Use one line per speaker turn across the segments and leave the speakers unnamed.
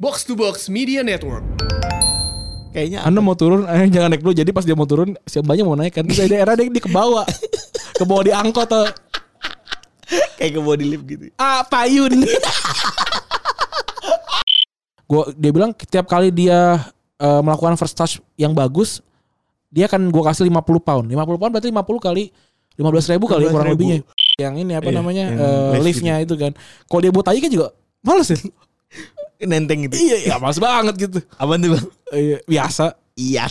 Box to Box Media Network.
Kayaknya
Anda mau turun, eh, jangan naik dulu. Jadi pas dia mau turun, si mbaknya mau naik kan. Di daerah dia, dia ke bawah. Ke bawah di angkot. tuh.
kayak ke body lift gitu.
Ah, payun. gua dia bilang tiap kali dia eh, melakukan first touch yang bagus, dia akan gua kasih 50 pound. 50 pound berarti 50 kali 15 ribu kali kurang
15.000.
lebihnya. Yang ini apa
Iya,
namanya?
yang
eh,
lift gitu.
liftnya itu kan. Kalau dia buat tadi kan juga males ya.
Nenteng gitu.
iya, iya, males banget gitu.
Apaan tuh bang?
Iya, biasa.
Iya.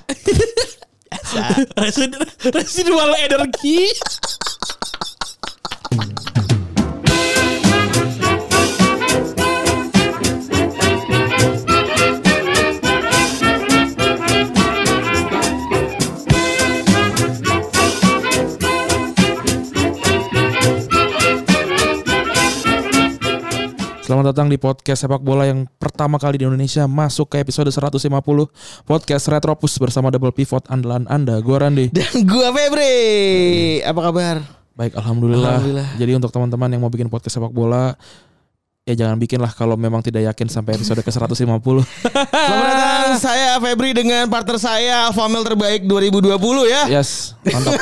Residu- Residual energi. Selamat datang di podcast sepak bola yang pertama kali di Indonesia masuk ke episode 150 podcast Retropus bersama Double Pivot andalan Anda. Gua Randy.
Dan gua Febri. Apa kabar?
Baik, alhamdulillah.
Alhamdulillah.
Jadi untuk teman-teman yang mau bikin podcast sepak bola ya jangan bikin lah kalau memang tidak yakin sampai episode ke 150.
Selamat datang. Saya Febri dengan partner saya Alfamil terbaik 2020 ya.
Yes, mantap.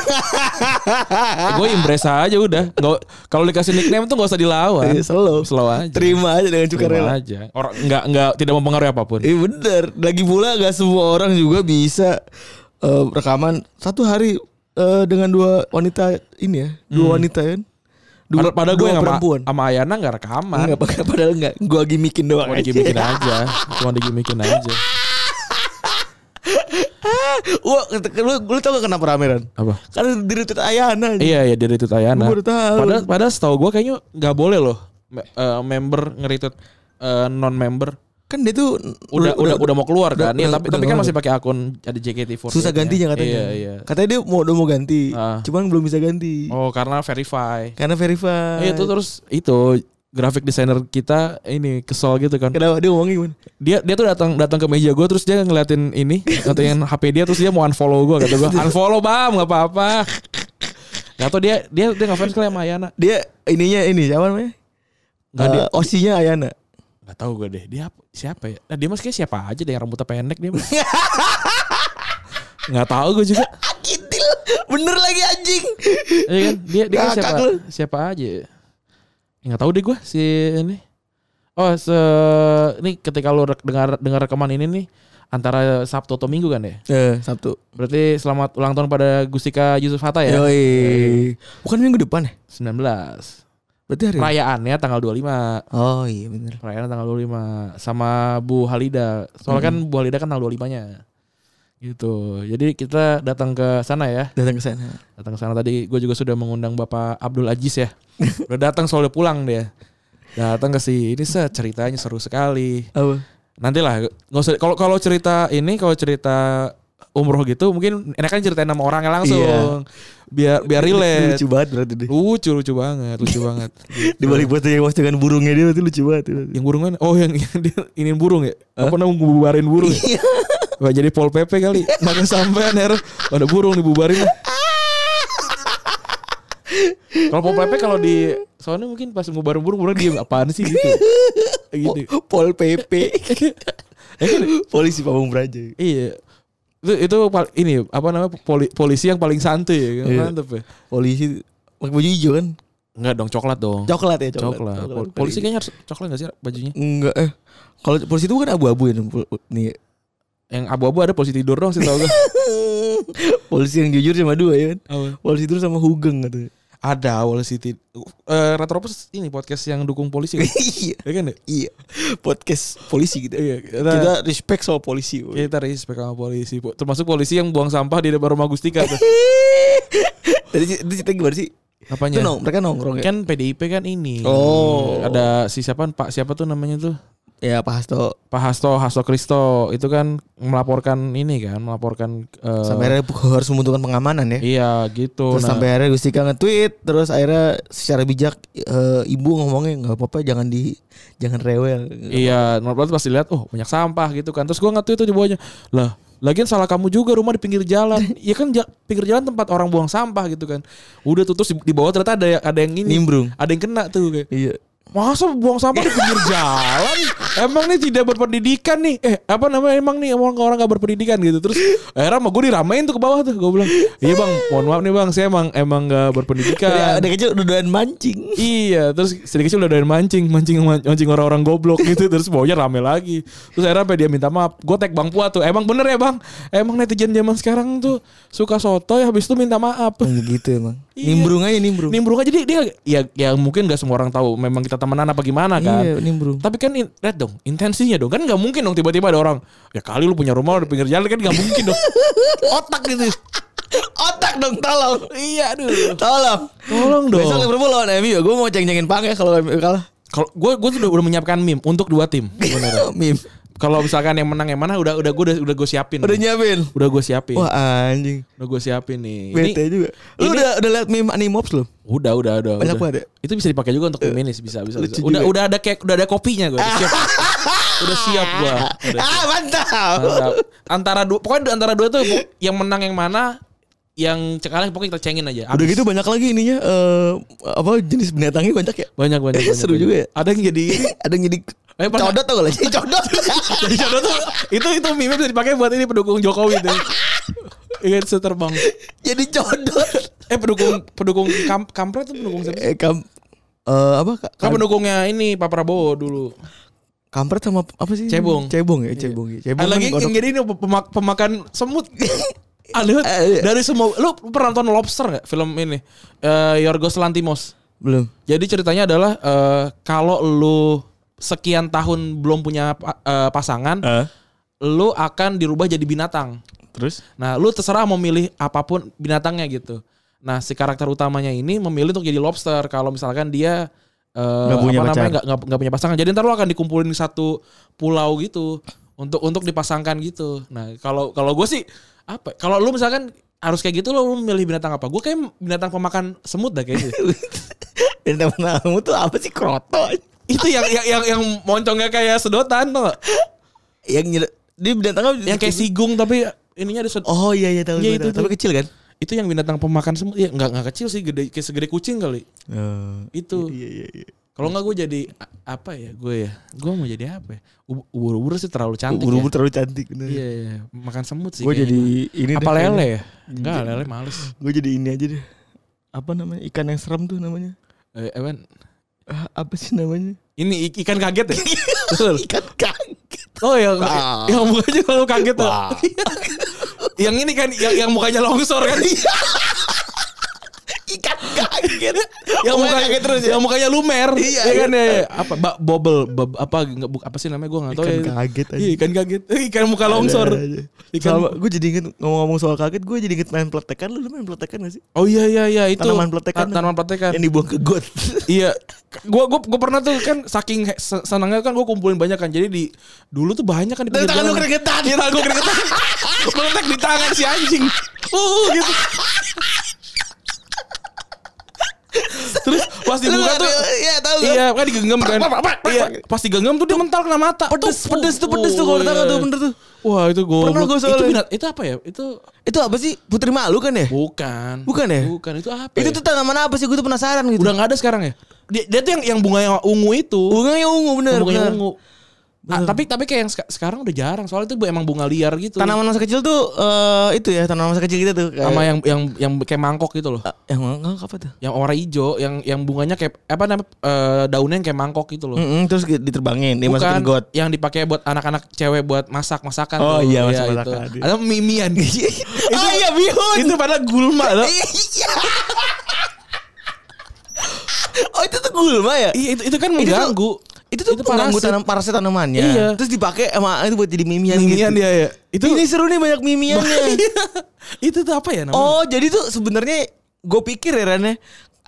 gue impress aja udah. Nggak- kalau dikasih nickname tuh nggak usah dilawan.
Iya, slow.
Slow aja.
Terima aja dengan
Terima
sukarela.
aja. Orang nggak nggak tidak mempengaruhi apapun.
Iya bener. Lagi pula gak semua orang juga bisa eh, rekaman satu hari eh, dengan dua wanita ini ya. Dua
Hmm.
wanita kan.
Pada,
Dua,
pada gue
dua
sama,
perempuan.
sama Ayana nggak rekaman.
Enggak, pakai- padahal enggak. Gua gimikin doang.
Cuma
aja.
digimikin aja. Cuma digimikin aja.
Wah, lu, lu tau gak kenapa rameran?
Apa?
Karena di retweet Ayana. aja.
Iya iya dari itu Ayana.
Gua baru tahu.
Padahal padahal setahu gue kayaknya nggak boleh loh me- eh, member ngeritut non member.
Kan dia tuh
Udah udah udah, mau keluar
udah-
kan. Iya,
udah-
tapi
udah
tapi kan
keluar.
masih pakai akun ada JKT48.
susah gantinya katanya.
Iya iya.
Katanya dia mau udah mau ganti,
Ah.
cuman belum bisa ganti.
Oh karena verify.
Karena verify.
Iya itu terus itu grafik desainer kita ini kesel gitu kan.
Kenapa dia ngomongin gimana?
Dia dia tuh datang datang ke meja gue terus dia ngeliatin ini ngatain HP dia terus dia mau unfollow gue kata gue unfollow bam nggak apa-apa. Gak tau dia dia dia ngefans kali sama Ayana.
Dia ininya ini siapa namanya?
Nggak,
Eh,
Nah, dia-
Osinya Ayana.
Gak tau gue deh Dia apa- siapa ya nah, Dia mas kayak siapa aja deh Yang rambutnya pendek dia mas Gak tau gue juga
Akitil. Bener lagi anjing.
Iya kan Dia, dia kayak
Ngakak
siapa
lu.
Siapa aja ya? Gak tau deh gue Si ini Oh se Ini ketika lu rek- dengar, dengar rekaman ini nih Antara Sabtu atau Minggu kan ya
Eh, Sabtu.
Berarti selamat ulang tahun pada Gustika Yusuf Hatta ya
Yoi. Bukan minggu depan ya?
19
Berarti hari. ini?
Perayaannya tanggal 25
Oh iya bener.
Perayaan tanggal 25 sama Bu Halida. Soalnya
Hmm.
kan Bu Halida kan tanggal 25-nya. Gitu. Jadi kita datang ke sana ya.
Datang ke sana.
Datang ke sana tadi gue juga sudah mengundang Bapak Abdul Aziz ya. Udah datang soalnya pulang dia. Datang ke sini ini set, ceritanya seru sekali.
Apa?
Nantilah nggak usah kalau kalau cerita ini kalau cerita umroh gitu mungkin enaknya ceritain sama orangnya langsung.
Iya.
Biar biar relate.
Lucu banget berarti deh.
Lucu lucu banget, lucu banget.
Di balik buat yang was dengan burungnya dia berarti lucu banget.
Yang burung mana? Oh yang, yang dia ingin burung ya? Apa namanya bubarin burung ya?
Iya.
Wah, jadi pol PP kali. Maka sampean Her. Ada burung dibubarin. lah. Kalau pol PP kalau di soalnya mungkin pas ngubarin burung burung dia apaan sih gitu. gitu.
Po- Pol PP.
Ya kan?
Polisi Pamung Praja.
Iya. Itu, itu pal- ini apa namanya poli- polisi yang paling santai ya. kan?
Iya.
Mantep ya.
Polisi pakai baju hijau kan?
Enggak dong coklat dong.
Coklat ya,
Coklat. Pol- polisi kayaknya harus coklat gak sih bajunya?
Enggak eh. Kalau polisi itu bukan abu-abu ya pol- nih.
Yang abu-abu ada polisi tidur dong sih tau gak?
polisi yang jujur cuma dua ya kan. Polisi itu sama Hugeng katanya.
Ada Wall City. Eh Retropus ini podcast yang dukung polisi kan?
Iya.
ya kan ya?
Iya. Podcast polisi gitu.
Iya, kita,
Kita Iya. respect sama polisi.
Ya,
woy.
kita respect sama polisi. po- Termasuk polisi yang buang sampah di depan rumah Gustika tuh.
Tadi itu cerita gimana sih? Itu
Apanya?
nong, mereka nongkrong ya.
Kan PDIP kan ini.
Oh.
Ada si siapa Pak siapa tuh namanya tuh?
Ya Pak Hasto
Pak Hasto, Hasto Kristo itu kan melaporkan ini kan, melaporkan eh,
sampai akhirnya harus membutuhkan pengamanan ya.
Iya gitu.
Terus
Nah,
sampai akhirnya Gustika nge-tweet, terus akhirnya secara bijak eh, ibu ngomongnya nggak apa-apa jangan di jangan rewel.
Iya, normal pas dilihat, oh banyak sampah gitu kan. Terus gua nggak tahu itu di bawahnya. Lah, lagian salah kamu juga rumah di pinggir jalan. Iya kan ja- pinggir jalan tempat orang buang sampah gitu kan. Udah tuh terus di di bawah ternyata ada ada yang ini,
Nimbrung.
ada yang kena tuh kayak.
Iya.
Masa buang sampah di pinggir jalan? Emang nih tidak berpendidikan nih. Eh, apa namanya emang nih emang orang nggak berpendidikan gitu. Terus akhirnya sama gue diramein tuh ke bawah tuh. Gue bilang, "Iya, Bang, mohon maaf nih, Bang. Saya emang emang nggak
Udah,
berpendidikan."
udah kecil udah doyan mancing.
Iya, terus sedikit kecil udah dari mancing, mancing mancing orang-orang goblok gitu, terus bawahnya rame lagi. Terus akhirnya sampai dia minta maaf. Gue tag Bang Puat tuh. Emang bener ya, Bang? Emang netizen zaman sekarang tuh suka sotoy habis itu minta maaf.
Begitu emang.
Iya.
Nimbrung aja nimbrung.
Oh, Nimbrung aja dia, dia ya ya mungkin gak semua orang tahu memang kita temenan apa gimana kan.
Iya, nimbrung.
Tapi kan in- lihat dong intensinya dong kan nggak mungkin dong tiba-tiba ada orang ya kali lu punya rumah di pinggir jalan kan nggak mungkin dong otak gitu
Otak dong tolong.
iya aduh
Tolong.
tolong dong
Besok Liverpool lawan MU ya. Gue mau ceng-cengin Pang ya kalau MU kalah.
kalau gue gue sudah udah menyiapkan meme untuk dua tim
Mim.
kalau misalkan yang menang yang mana udah udah gue udah, udah gue siapin
Udah nyiapin.
udah gue siapin
Wah anjing.
udah gue siapin nih Ini-
Bete juga. Lu
ini-
udah udah liat meme Animops belum?
udah udah udah
Banyak
udah.
banget ya?
itu bisa dipakai juga untuk meme ini sih, bisa bisa, bisa.
Lucu
udah
juga. ya?
udah ada kayak udah ada kopinya gue udah siap udah siap gue
Ah mantap.
Mantap. antara dua pokoknya antara dua tuh yang menang yang mana yang cekalnya pokoknya kita cengin aja
Udah
Abis.
gitu banyak lagi ininya eh, apa jenis binatangnya banyak ya.
banyak banyak, banyak
Seru juga ya.
ada yang jadi
Ada yang jadi
Eh, pernah-
codot tau gak lah? Jadi codot.
jadi jodoh tuh itu itu meme bisa dipakai buat ini pendukung Jokowi tuh Iya, itu terbang.
jadi codot.
Eh, pendukung pendukung kam, kampret tuh pendukung siapa?
Eh kam eh, apa Kak?
Kan pendukungnya ini Pak Prabowo dulu.
kampret sama apa sih?
Cebong.
Cebong ya, cebong. ya.
Ada
Cebong. kan
lagi
kodok.
yang jadi ini pemak- pemakan semut. Ada
Eh, iya.
dari semua lu pernah nonton Lobster nggak film ini? Eh Yorgos Lantimos.
belum.
Jadi ceritanya adalah eh, kalau lu sekian tahun belum punya pa- eh, pasangan, lu akan dirubah jadi binatang.
Terus?
Nah, lu terserah mau milih apapun binatangnya gitu. Nah, si karakter utamanya ini memilih untuk jadi lobster kalau misalkan dia eh,
Nggak punya
apa namanya
pacar.
nggak- nggak nggak punya pasangan. Jadi ntar lu akan dikumpulin di satu pulau gitu untuk untuk dipasangkan gitu. Nah, kalau kalau gue sih apa? Kalau lu misalkan harus kayak gitu lu milih binatang apa? Gue kayak binatang pemakan semut dah kayaknya.
Dan temen-temen tuh apa sih kroto?
itu yang yang yang, yang moncongnya kayak sedotan tuh
Yang nyel- dia binatangnya
yang kayak sigung tapi ininya ada sed-
Oh iya iya tahu
Iya,
gue
itu
tahu. Tapi
tuh.
kecil kan?
itu yang binatang pemakan semut ya nggak nggak kecil sih gede kayak segede kucing kali itu
Iya iya iya.
kalau nggak gue jadi a- apa ya gue ya gue mau jadi apa ya U- ubur-ubur sih terlalu cantik
Buru-buru
ya.
terlalu cantik bener.
iya iya makan semut sih
Gue
kayaknya.
jadi ini
apa lele ya enggak lele males
Gue jadi ini aja deh. Apa namanya? Ikan yang serem tuh namanya.
eh, Evan,
Ah, apa sih namanya?
ini ik- ikan kaget ya betul
Ikan kaget.
oh yang
Wah.
yang mukanya kalau kaget tuh
Wah.
yang ini kan yang yang mukanya longsor kan
Ikan kaget.
yang
Oh,
mukanya
kaget terus ya.
yang mukanya lumer ya
Iya, iya.
kan ya, ya. apa ba, bobel Bob- apa nggak bu- apa sih namanya gue nggak tahu
Ikan
ya.
kaget aja.
iya, ikan kaget Eh, ikan muka longsor
Ada aja.
ikan
Iya, Sama, gue jadi inget ngomong-ngomong soal kaget, gue jadi inget main peletekan. Lu, lu main peletekan gak sih?
oh iya iya iya itu
Tanaman peletekan.
Ta- tanaman peletekan
Yang dibuang ke got.
iya gue gue gue pernah tuh kan saking he- se- senangnya kan gue kumpulin banyak kan jadi di dulu tuh banyak kan di pinggir
Dan tangan lu
jalan.
keringetan.
iya tangan gue keringetan meletek di tangan si anjing uh gitu terus pas dibuka tuh
Iya tahu kan?
Iya, kan digenggam kan.
Prak, prak, prak, prak.
Iya, pas digenggam tuh dia mental kena mata.
Pedes,
Tuh,
pedes tuh,
uh,
pedes tuh kalau
iya.
tangan tuh, bener tuh.
Wah, itu gue.
Pernah gua
itu
soalnya.
binat, itu apa ya? Itu
Itu apa sih? Putri Malu kan ya?
bukan.
Bukan ya?
Bukan, itu apa?
Itu
ya?
tuh tanaman apa sih? Gue tuh penasaran gitu.
udah nggak ada sekarang ya. Dia, dia tuh yang yang bunganya ungu itu.
Bunganya ungu bener.
bunganya
bener.
ungu. Ah, tapi tapi kayak yang seka- sekarang udah jarang. Soalnya itu bu- emang bunga liar gitu.
Tanaman masa kecil tuh eh, itu ya tanaman masa kecil kita tuh kayak
sama yang yang yang kayak mangkok gitu loh.
Eh, yang nggak apa tuh?
Yang warna hijau, yang yang bunganya kayak apa namanya? eh, daunnya yang kayak mangkok gitu loh.
Mm-mm, terus gitu diterbangin,
Bukan
dimasukin got.
yang dipakai buat anak-anak cewek buat masak-masakan
Oh, iya,
Iya,
masak-masakan.
itu. Ada mimian. Ah,
Oh iya bihun.
itu padahal gulma loh.
Iya. oh itu tuh gulma ya?
Iya, itu, itu kan
Itu tuh-
mengganggu.
Itu tuh pengganggu tanam parasit tanamannya.
Iya.
Terus dipakai sama itu buat jadi mimian,
mimian
gitu. Iya.
dia ya. Itu Iya.
Ini seru nih banyak mimiannya.
itu tuh apa ya namanya?
oh, jadi tuh sebenarnya gue pikir ya Ran ya,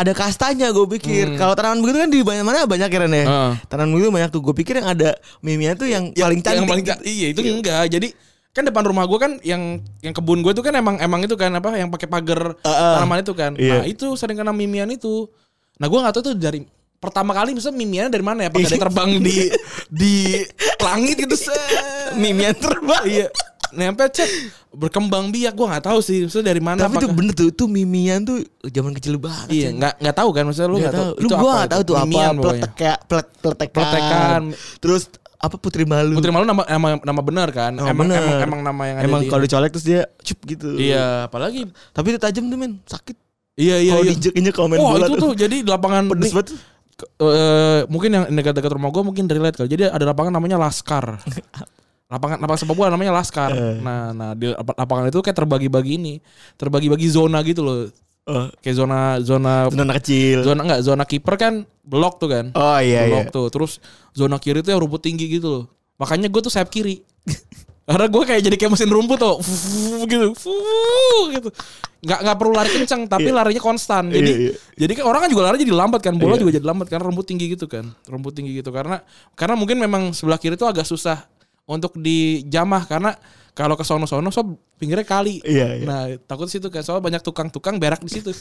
ada kastanya gue pikir. Kalau tanaman begitu kan di banyak mana banyak ya Ran ya.
Hmm. Heeh.
Tanaman begitu banyak tuh. Gue pikir yang ada mimian tuh yang paling cantik.
Yang paling ca- iya, itu enggak. Jadi kan depan rumah gue kan yang yang kebun gue tuh kan emang emang itu kan apa yang pakai pagar
ah.
tanaman itu kan.
Iya.
Nah, itu sering kena mimian itu. Nah, gue nggak tahu itu dari pertama kali misalnya mimiannya dari mana ya?
Iya.
Apakah dia terbang di di langit gitu set.
mimian terbang.
Iya. nempel cet berkembang biak gua nggak tahu sih maksudnya dari mana
Tapi itu
apakah-
bener tuh, itu mimian tuh zaman kecil banget.
iya nggak nggak tahu kan maksudnya lu
Nggak
nggak tahu
tahu. Lu gua nggak tahu tuh apa,
Mimian pokoknya.
pletek kayak plet, pletekan.
Pletekan.
Terus apa putri malu.
putri malu nama nama nama benar kan
Nama
emang,
bener.
emang emang nama yang ada
Oh, Emang
di
kalau dicolek terus dia cup gitu.
iya apalagi
Tapi itu tajam tuh men, sakit.
iya iya
kalau
iya
diinjek-injek kalau main
Wah
bola
itu tuh jadi di lapangan
pedes
nih,
banget.
ke- eh, mungkin yang dekat-dekat rumah gue mungkin relate kali. Jadi ada lapangan namanya Laskar. lapangan lapangan sepak bola namanya Laskar.
Eh.
Nah, nah di lap- lapangan itu kayak terbagi-bagi ini, terbagi-bagi zona gitu loh.
Oh,
Kayak zona zona
itu anak kecil.
zona enggak zona kiper kan blok tuh kan.
Oh iya iya.
blok tuh. Terus zona kiri tuh yang rumput tinggi gitu loh. Makanya gue tuh sayap kiri. Karena gue kayak jadi kayak mesin rumput tuh, Fuuu gitu, Fuuu gitu. Nggak nggak perlu lari kencang, tapi larinya konstan. Jadi
Iya, iya.
jadi kan orang kan juga lari jadi lambat kan, bola
Iya.
juga jadi lambat karena rumput tinggi gitu kan, rumput tinggi gitu. Karena karena mungkin memang sebelah kiri tuh agak susah untuk dijamah karena kalau ke sono-sono sob pinggirnya kali.
Iya, iya.
Nah takut situ kan, soalnya banyak tukang-tukang berak di situ.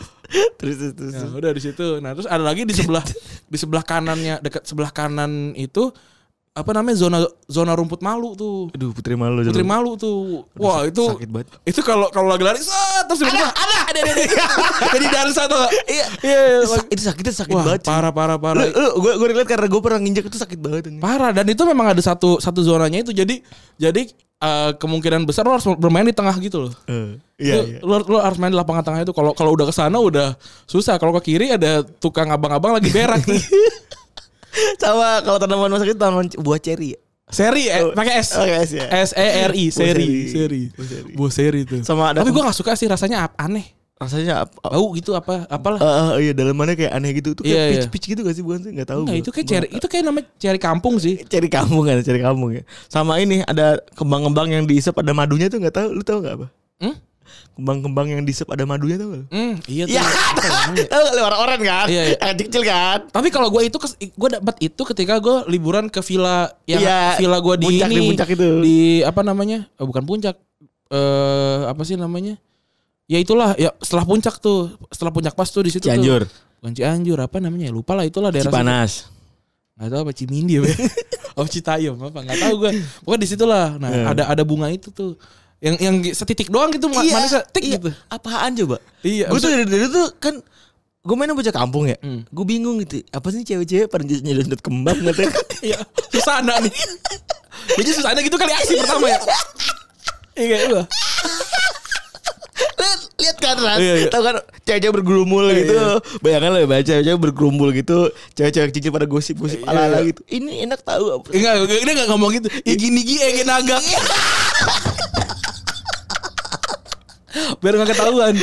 Terus terus, terus.
Nah, udah di situ. Nah, terus ada lagi di sebelah di sebelah kanannya dekat sebelah kanan itu apa namanya zona zona rumput malu tuh.
Aduh putri malu.
Putri
Jalu.
malu tuh. Wah,
sak-
itu
sakit banget.
Itu kalau kalau lagi lari set, terus ada, ada ada ada. Jadi dansa tuh. Iya. Iya.
Itu
iya.
sak- Itu sakitnya sakit
Wah,
banget. cuy.
parah parah parah.
Lu- lu, gue gue relate karena gue pernah nginjek itu sakit banget anjing.
Parah dan itu memang ada satu satu zonanya itu. Jadi jadi eh, kemungkinan besar lo harus bermain di tengah gitu loh.
Eh, Iya
Lu-
iya.
lu, lu harus main di lapangan tengah itu. Kalau kalau udah ke sana udah susah. Kalau ke kiri ada tukang abang-abang lagi berak nih.
Sama kalau tanaman masa kita tanaman c- buah ceri. ya?
Seri eh, pakai S.
Pakai S, ya.
S E R I, seri, seri.
Buah Oh, seri.
Buah seri itu.
Sama
Eh,
ada
Tapi gua gak suka sih rasanya ap- aneh.
rasanya apa?
Bau gitu apa apalah.
Eh, eh, iya dalamannya kayak aneh gitu. Itu kayak
Iya, iya.
peach-peach gitu gak sih bukan sih? Gak tahu.
Nah,
gua.
itu kayak
Gua-
ceri, itu kayak nama ceri kampung sih.
ceri kampung kan, ceri kampung ya. Sama ini ada kembang-kembang yang diisep ada madunya tuh nggak tahu, lu tahu nggak apa?
Hmm?
Kembang-kembang yang diisep ada madunya tuh. Tahu
Hmm, iya tuh.
Iya.
Apa namanya?
nggak lu orang-orang kan?
Iya, iya.
Anak kecil kan?
Tapi kalau gua itu kes- gua dapat itu ketika gua liburan ke villa yang
Iya,
villa gua di
puncak,
ini,
di puncak itu.
di apa namanya? Eh, bukan puncak. Eh apa sih namanya? Ya itulah ya setelah puncak tuh, setelah puncak pas tuh di situ tuh. Bukan Cianjur apa namanya? ya? Lupa lah itulah daerah situ.
Cipanas.
Gak tahu apa Cimindi apa. ya? oh Citayam apa nggak tahu gue. Pokoknya di situlah. Nah,
Iya.
ada ada bunga itu tuh. Yang yang setitik doang gitu ma- manisnya tik
iya.
gitu.
Apaan coba?
Iya,
Gue tuh dari dulu tuh kan gue main sama bocah kampung ya.
Hmm.
Gue bingung gitu. Apa sih cewek-cewek pada nyedot kembang gitu. katanya.
Iya, Susana nih. Jadi Susana gitu kali aksi pertama ya. Iya kayak gua.
lihat lihat kan Ras
Iya, iya.
Tau kan cewek-cewek bergerumul gitu bayangan lah banyak cewek-cewek bergerumul gitu cewek-cewek cincin pada gosip-gosip
Iya.
ala-ala gitu ini enak tahu apa
Enggak, enggak, dia enggak ngomong gitu. Ya gini gini ya kayak nagak.
Iya.
Biar enggak ketahuan.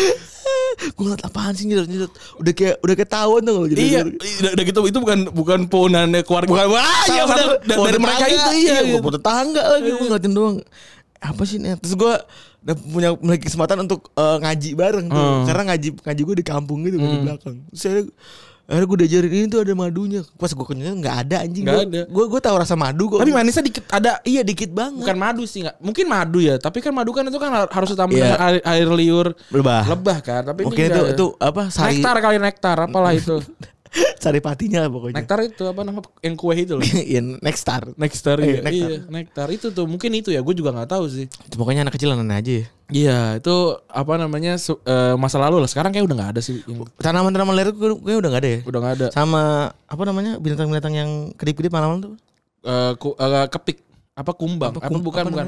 gue ngeliat apaan sih nyedot nyedot udah kayak udah kayak tawon tuh kalau jadi
iya, udah, udah gitu itu bukan bukan ponannya keluarga.
bukan wah
Salah
ya
satu
benar
Iya, da- dari mereka itu iya.
iya
gitu.
gue tetangga lagi gue ngeliatin doang apa sih ini terus gue udah punya memiliki kesempatan untuk eh, ngaji bareng tuh
Hmm.
karena ngaji ngaji gue di kampung gitu di belakang terus akhirnya, akhirnya gue diajarin ini tuh ada madunya pas gue kenyang nggak ada anjing
Nggak
gue
ada.
gue gue tahu rasa madu kok
Tapi manisnya dikit ada
Iya dikit banget.
bukan madu sih nggak mungkin madu ya tapi kan madu kan itu kan har- harus ditambah
Iya.
dengan air, air liur
Lebah.
lebah kan tapi
Mungkin itu
nggak ya.
itu apa sari
nektar kali nektar apalah itu
sari patinya pokoknya.
nektar itu apa nama yang kue itu loh
Iya next star.
nektar iya,
Iya, nektar.
iya nektar itu tuh mungkin itu ya gue juga nggak tahu sih
Pokoknya anak kecil aneh aja ya.
iya itu apa namanya su- eh, masa lalu lah sekarang kayak udah nggak ada sih yang-
Tanaman-tanaman liar gue gue udah gak ada ya.
udah nggak ada
Sama apa namanya binatang-binatang yang kedip-kedip malam tuh?
Eh, ku- eh, kepik apa kumbang apa,
Apa kum-
bukan
apa
bukan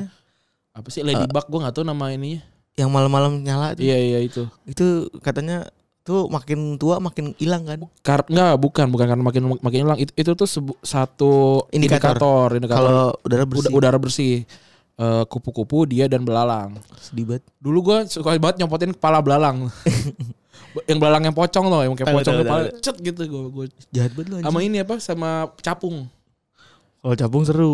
apa sih ladybug gue nggak tahu nama ininya
Yang malam-malam nyala itu.
iya iya itu
Itu katanya tuh makin tua makin hilang kan.
Kar nggak bukan bukan karena makin makin hilang itu, itu tuh sebu- satu
Indikator.
indikator, indikator
Kalau udara bersih.
Uda- udara bersih Eh, kupu-kupu dia dan belalang
sedih banget.
dulu gue suka banget nyompotin kepala belalang yang belalang yang pocong loh yang kayak
Tahu,
pocong
tahu,
kepala
tahu.
cet gitu gue gue
Jahat banget lu
sama
anjing.
ini apa sama capung
Kalau capung seru.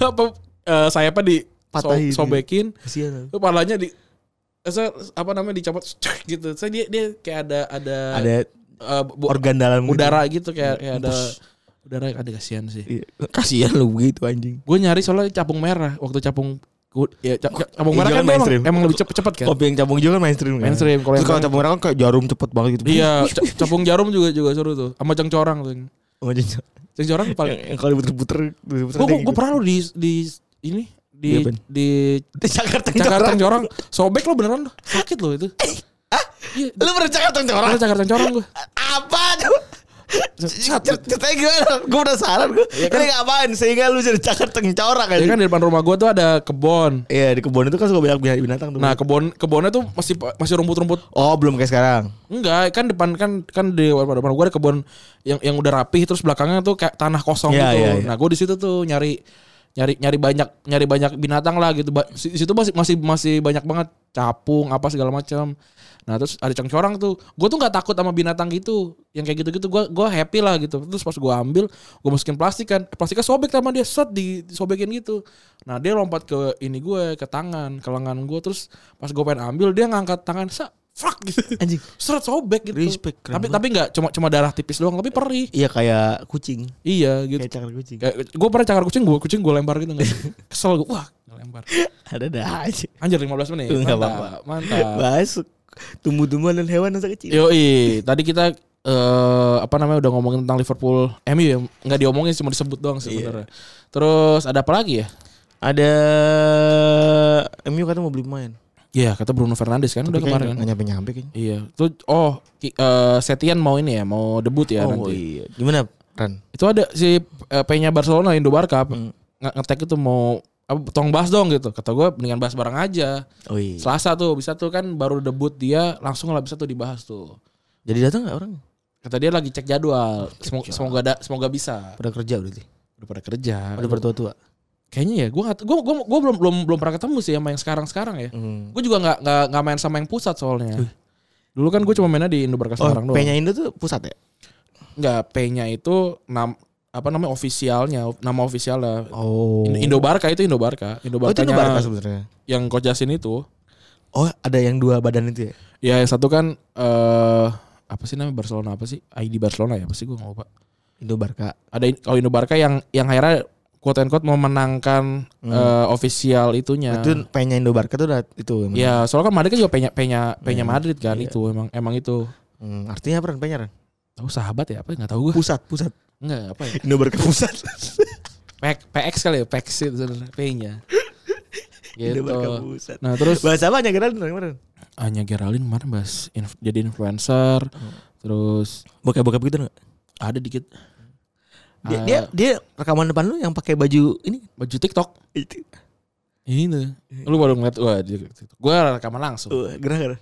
apa eh, sayapnya di so-
Patahin.
sobekin
Kasihan.
tuh palanya di eh, se- apa namanya dicopot cek gitu saya dia dia kayak ada ada,
Ada
eh, bu-
organ dalam gitu.
udara gitu kayak, kayak ada
Bus.
udara ada kasihan sih
Iya. Kasihan lu begitu anjing.
Gue nyari soalnya capung merah waktu capung ku- ya ca- ca- capung
Iya,
merah kan
jangan
emang,
mainstream.
emang lebih cepet cepet kan.
Kopi yang cabung juga kan mainstream kan.
Mainstream, kalau
Terus
yang
kalau
main-
cabung merah kan kayak jarum cepet banget gitu.
Iya, ca- capung jarum juga juga seru tuh. Sama cengcorang tuh.
Sama jenjang.
Cengcorang
Yang,
paling
yang kalau diputer-puter, diputer
gue gue pernah lu di di ini di
Iya, Ben.
di
Di Jakarta
Jakarta corong sobek lo beneran lo sakit lo itu
Iya. Lu pernah Jakarta
lo
orang?
Jakarta corong gue
Apa tuh?
satu
Cer- Ceritanya gimana? Gue penasaran gue. Ini ngapain sehingga lu jadi cakar tengcorak
ya
aja.
kan di depan rumah gue tuh ada kebon
Iya di kebun itu kan suka banyak binatang- binatang tuh.
nah kebon kebonnya tuh masih masih rumput-rumput
oh belum kayak sekarang.
Enggak, kan depan kan kan di depan, depan gue ada kebun yang yang udah rapih terus belakangnya tuh kayak tanah kosong gitu.
Iya, iya, iya.
Nah, gue di situ tuh nyari nyari nyari banyak nyari banyak binatang lah gitu. Ba- si- Di situ masih masih masih banyak banget capung apa segala macam. Nah, terus ada cengcorang tuh. Gue tuh nggak takut sama binatang gitu. Yang kayak gitu-gitu gue gua happy lah gitu. Terus pas gue ambil, gue masukin plastik kan. Eh, Plastiknya sobek sama dia set di disobekin gitu. Nah, dia lompat ke ini gue, ke tangan, ke lengan gue terus pas gue pengen ambil dia ngangkat tangan sa fuck gitu
Anjing.
seret sobek gitu.
Respect, keren
tapi
banget.
tapi nggak cuma cuma darah tipis doang, tapi perih.
Iya kayak kucing.
Iya gitu.
Kayak cakar kucing.
Kayak gue pernah cakar kucing, gue kucing gue lempar gitu nggak sih? Kesel gue, wah lempar.
Ada dah aja.
Anjir 15 menit. ya?
Nggak
Iya,
apa-apa.
Mantap, mantap. Iya.
Bahas tumbuh-tumbuhan dan hewan masa kecil.
Yoi, tadi kita eh apa namanya udah ngomongin tentang Liverpool MU ya nggak diomongin cuma disebut doang
Iya.
sih sebenarnya. Terus ada apa lagi ya?
Ada MU kata mau beli pemain.
Iya kata Bruno Fernandes kan udah
Tapi
kemarin
kayaknya
kan.
nggak nyampe-nyampe kayaknya.
Iya. Tuh oh Ki- eh, Setian mau ini ya mau debut ya
Oh
nanti.
iya. Gimana Ran?
itu ada si eh, P-nya Barcelona Indo Barca nge- ngetek itu mau apa, tolong bahas dong gitu kata gue mendingan bahas bareng aja
Oh iya.
Selasa tuh bisa tuh kan baru debut dia langsung lah bisa tuh dibahas tuh
Jadi datang nggak orang?
kata dia lagi cek jadwal semoga semoga ada semoga bisa
Pada kerja berarti.
udah pada kerja
Pada bertua-tua.
kayaknya ya gue gue gue belum belum belum pernah ketemu sih sama yang sekarang sekarang ya
Hmm.
gue juga nggak nggak nggak main sama yang pusat soalnya dulu kan gue cuma mainnya di Indo Barca
Oh,
Semarang doang
P-nya Indo tuh pusat ya?
nggak P-nya itu nam apa namanya ofisialnya nama ofisialnya
Oh.
Indo- Indo Barca itu Indo Barca. Indo
Oh, itu
Barca
Indo Barca sebenarnya.
yang Coach Justin itu.
Oh, ada yang dua badan itu ya?
Ya yang satu kan eh apa sih namanya Barcelona apa sih? ID Barcelona ya apa sih gue nggak lupa.
Indo Barca.
Ada in- kalau Indo Barca yang yang akhirnya quote and quote memenangkan eh, official itunya.
Hmm. Itu P-nya Indo Barca tuh udah itu emang.
Ya soalnya kan Madrid kan juga penya penya penya Madrid kan
iya.
itu emang emang itu.
Hmm, artinya apa Ran? P-nya Ran?
Tahu sahabat ya apa nggak tahu gue.
Pusat, pusat.
Enggak apa ya.
Indo Barca pusat.
P- PX kali ya PX itu sebenarnya, P-nya.
Indo
Gitu.
Barca pusat.
Nah terus
Bahasa apa nya Ran? Kemarin.
Hanya Geraldine kemarin bahas inf- jadi influencer.
Hmm.
Terus
Bokep-bokep gitu enggak?
ada dikit
Dia,
Ah.
dia dia rekaman depan lu yang pakai baju ini.
baju TikTok.
Itu.
Ini tuh. Lu baru ngeliat wah dia TikTok. Gua rekaman langsung.
Wah, Oh, gerah gerah.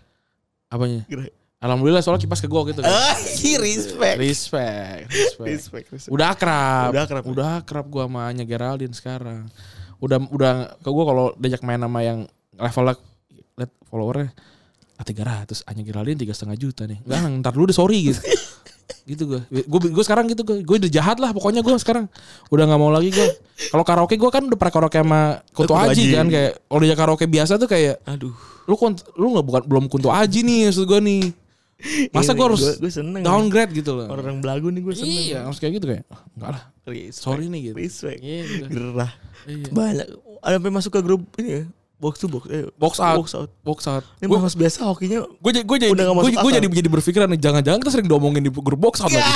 Apanya?
gerah.
Alhamdulillah soalnya kipas ke gua gitu kan.
Ah, respect.
Respect, respect.
Respect, respect.
Gitu. Udah akrab.
Udah akrab. ya?
Udah akrab gua sama Anya Geraldine sekarang. Udah udah ke gua kalau diajak main sama yang levelnya lihat followernya ah, 300 Anya Geraldine tiga setengah juta nih. Enggak, ntar dulu deh sorry gitu. gitu gue gue gue sekarang gitu gue gue udah jahat lah pokoknya gue sekarang udah nggak mau lagi gue kalau karaoke gue kan udah pernah karaoke sama Kunto
Kunto
Aji
Aji.
kan kayak kalau dia karaoke biasa tuh kayak
Aduh.
lu kont lu nggak bukan belum Kunto Aji nih maksud gue nih masa
Ini
gue harus
gua- gua seneng.
downgrade gitu loh
Orang belagu nih gue seneng.
iya harus kayak gitu kayak "Ah, enggak lah
Respect.
sorry nih gitu
Respect.
Iya, gitu.
Gerah.
Iya.
Banyak. Ada sampai masuk ke grup ini ya. Box to box. Eh,
box out
Box out.
box out
Ini
gue
mas biasa hokinya
gue jadi gue jadi
Udah nggak masuk
gue
akal.
jadi jadi berpikiran nih jangan-jangan kita sering diomongin di grup box
Iya.
out lagi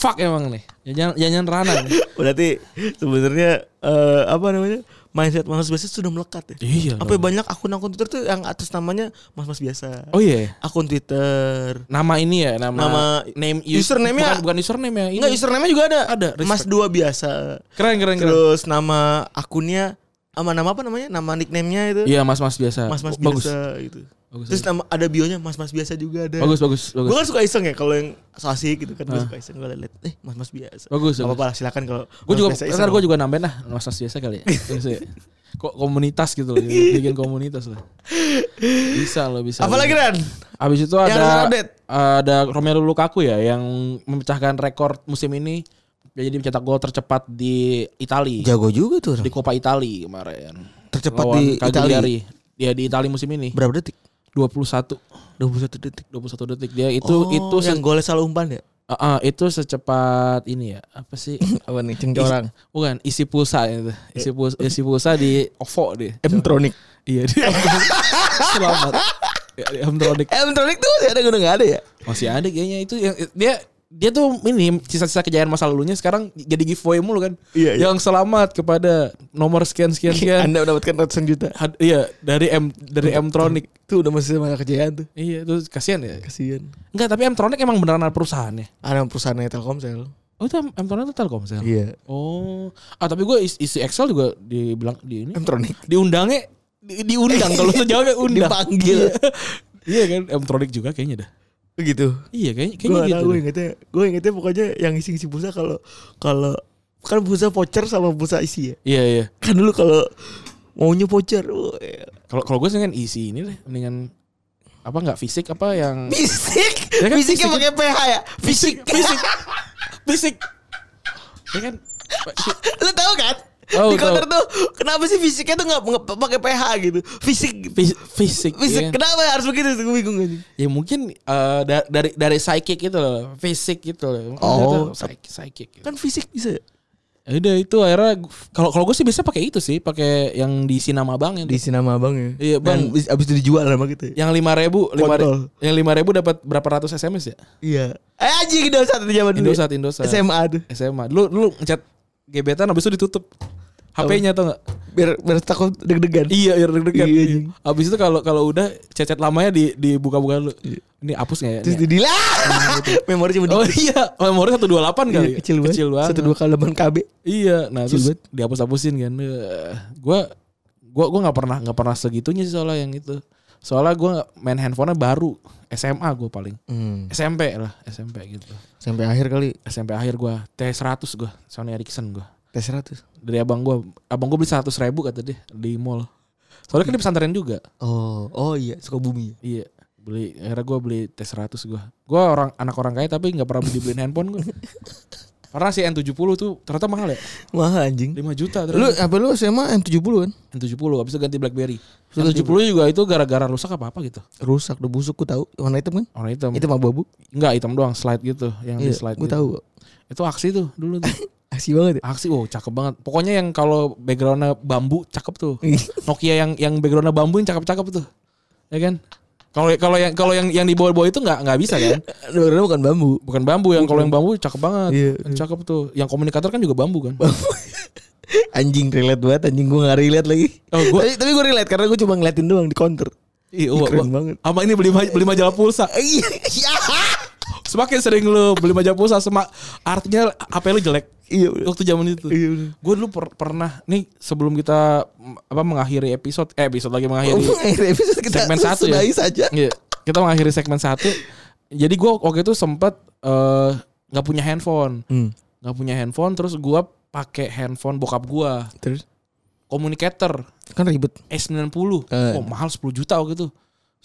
fuck emang nih jangan jangan Rana nih.
berarti sebenarnya eh, apa namanya mindset mas biasa sudah melekat ya.
iya
Apa
dong.
banyak akun-akun Twitter tuh yang atas namanya mas-mas biasa.
oh iya
Akun Twitter.
nama ini ya nama,
Nama-
name us-
username-nya-
bukan, bukan username ya ini.
Enggak username juga ada.
Ada, respect.
Mas dua biasa.
keren keren keren
Terus nama akunnya sama nama apa namanya? Nama nickname-nya itu.
iya mas mas biasa
Mas-mas
bagus
biasa gitu.
Bagus, iya.
Terus nama ada bionya mas-mas biasa juga ada.
bagus bagus bagus Ah.
Gue kan suka iseng ya kalau yang asik gitu kan gue suka iseng gue liat eh mas-mas biasa.
Bagus,
Gak
bagus.
apa-apa lah silakan kalau
Gue juga,
mas-mas biasa
ntar
iseng.
gue juga nambahin lah mas mas biasa kali ya. Terus ya. Kok komunitas gitu loh, bikin komunitas lah. Bisa loh, bisa.
Apalagi Ran?
Abis itu
Yang harus
ada
update?
ada Romelu Lukaku ya yang memecahkan rekor musim ini jadi mencetak gol tercepat di Italia
Jago juga tuh Ran.
di Coppa Italia kemarin.
Tercepat
Lawan
di
Cagliari. Ya di Italia musim ini
Berapa detik?
21
21 detik.
21 detik dia itu
Oh,
itu se-
yang golnya salah umpan ya?
Ah, ah, itu secepat ini ya apa sih
Apa nih?
Isi- bukan isi pulsa ya itu isi pulsa, isi pulsa di OVO deh
M-tronic.
Iya dia selamat. Ya, di Hamtronic
M-tronic tuh masih ada gak ada ya?
masih ada kayaknya itu yang dia dia tuh ini sisa-sisa kejayaan masa lalunya sekarang jadi giveaway mulu kan.
Iya, iya.
Yang selamat kepada nomor sekian sekian sekian.
Anda mendapatkan ratusan juta.
Had- iya dari M dari Mtronic.
Itu udah masih banyak kejayaan tuh.
Iya, terus kasihan ya.
Kasihan.
Enggak, tapi Mtronic emang beneran ada perusahaannya.
Ada perusahaannya Telkomsel.
Oh, itu M- Mtronic itu Telkomsel.
Iya.
Oh, ah tapi gue is- isi Excel juga dibilang di ini
Mtronic.
diundangnya di- diundang kalau sejauh kayak undang.
Dipanggil.
iya kan, Mtronic juga kayaknya dah.
Begitu.
Iya kayaknya,
Gue
kayaknya gitu.
gue
deh.
ingetnya, gue ingetnya pokoknya yang isi-isi pulsa kalau kalau kan pulsa voucher sama pulsa isi ya.
Iya iya.
Kan dulu kalau maunya voucher, wah, ya.
Kalau kalau gue sih kan isi ini deh, mendingan apa nggak fisik apa yang
fisik,
Ya kan,
fisiknya
fisik.
pakai PH ya, fisik.
fisik fisik. Ya kan
Lo tau kan?
Tahu,
di counter
tahu.
tuh kenapa sih fisiknya tuh nggak nggak pakai PH gitu? Fisik,
Fis- fisik.
fisik.
ya kan?
Kenapa harus begitu? Gue bingung aja.
Ya mungkin eh, da- dari dari psychic gitu loh, fisik gitu loh.
Oh.
psychic, psychic. Gitu.
Kan fisik bisa ya?
Ya udah itu akhirnya gu- kalau kalau gue sih biasanya pakai itu sih, pakai yang diisi nama abang yang
Diisi nama abang ya.
Iya, Bang. Iya.
Yang abis itu dijual sama kita. ya?
yang lima ribu, lima
Kontol.
yang lima ribu dapat berapa ratus SMS ya?
Iya. Eh anjing Indosat itu zaman dulu. ya.
Indosat, Indosat.
SMA tuh.
SMA. Dulu dulu ngechat gebetan habis itu ditutup. HP-nya tau gak?
Biar biar takut deg-degan.
Iya, iya deg-degan.
Iya,
Iya.
anjing.
Habis itu kalau kalau udah cecet lamanya di dibuka-buka dulu. Ini hapus nggak ya?
Iya. Terus
Ini-
didilah. Iya, gitu. Memori cuma
Oh
dikit.
iya, memori 128 kali. ya?
Iya, kecil banget.
Kecil banget.
Satu dua kali lebaran KB.
Iya, nah
Kecil
terus
banget.
dihapus-hapusin kan. Eh, Gua gua gua nggak pernah nggak pernah segitunya sih soalnya yang itu. Soalnya gua nggak- main handphonenya baru SMA gua paling. SMP lah, SMP gitu.
Hmm, Sampai akhir kali
SMP akhir gua T100 gua, Sony Ericsson gua.
T100.
Dari abang gua, abang gua beli 100 ribu kata dia di mall. Soalnya kan di pesantren juga.
Oh, oh iya, Sukabumi.
Iya, beli akhirnya gua beli T100 gua. Gua orang anak orang kaya tapi nggak pernah dibeliin handphone gua. Pernah sih N70 tuh ternyata mahal ya.
Mahal anjing.
5 juta
Lu
ternyata.
apa lu SMA M70 kan?
N70 habis itu ganti BlackBerry. N70 juga itu gara-gara rusak apa apa gitu.
Rusak udah busuk gua tahu. Warna hitam kan?
Orang hitam.
Hitam abu-abu.
Enggak, hitam doang slide gitu yang di
Iya,
slide.
gua
gitu.
tahu.
Itu aksi tuh dulu tuh.
Asik banget ya.
aksi wow cakep banget. Pokoknya yang kalau backgroundnya bambu cakep tuh.
Iya
Nokia yang yang backgroundnya bambu yang cakep-cakep tuh. Ya kan? Kalau kalau yang kalau yang yang di bawah-bawah itu nggak nggak bisa kan?
Warnanya bukan bambu.
Bukan bambu yang kalau yang bambu cakep banget.
Iya.
Yang cakep tuh. Yang komunikator kan juga bambu kan?
Anjing relate banget anjing gua gak relate lagi.
Oh, gua-
tapi, tapi gua relate karena gua cuma ngeliatin doang di counter.
Iya,
Ih,
wah,
keren
wah.
banget.
Sama ini beli ma- beli majalah pulsa.
Iya. iya.
Semakin sering lu beli majalah pulsa semak artinya HP lu jelek.
Iya. bener.
Waktu zaman itu.
Iya, bener.
Gue dulu per- pernah nih sebelum kita mm, apa mengakhiri episode eh episode lagi mengakhiri
Akhirnya episode kita
segmen satu ya.
sudahi saja.
Iya, kita mengakhiri segmen satu. Jadi gue waktu itu sempat eh, nggak punya handphone,
Hmm.
nggak punya handphone. Terus gue pakai handphone bokap gue,
Terus
communicator
kan ribet.
S90.
Eh.
Oh mahal 10 juta waktu itu,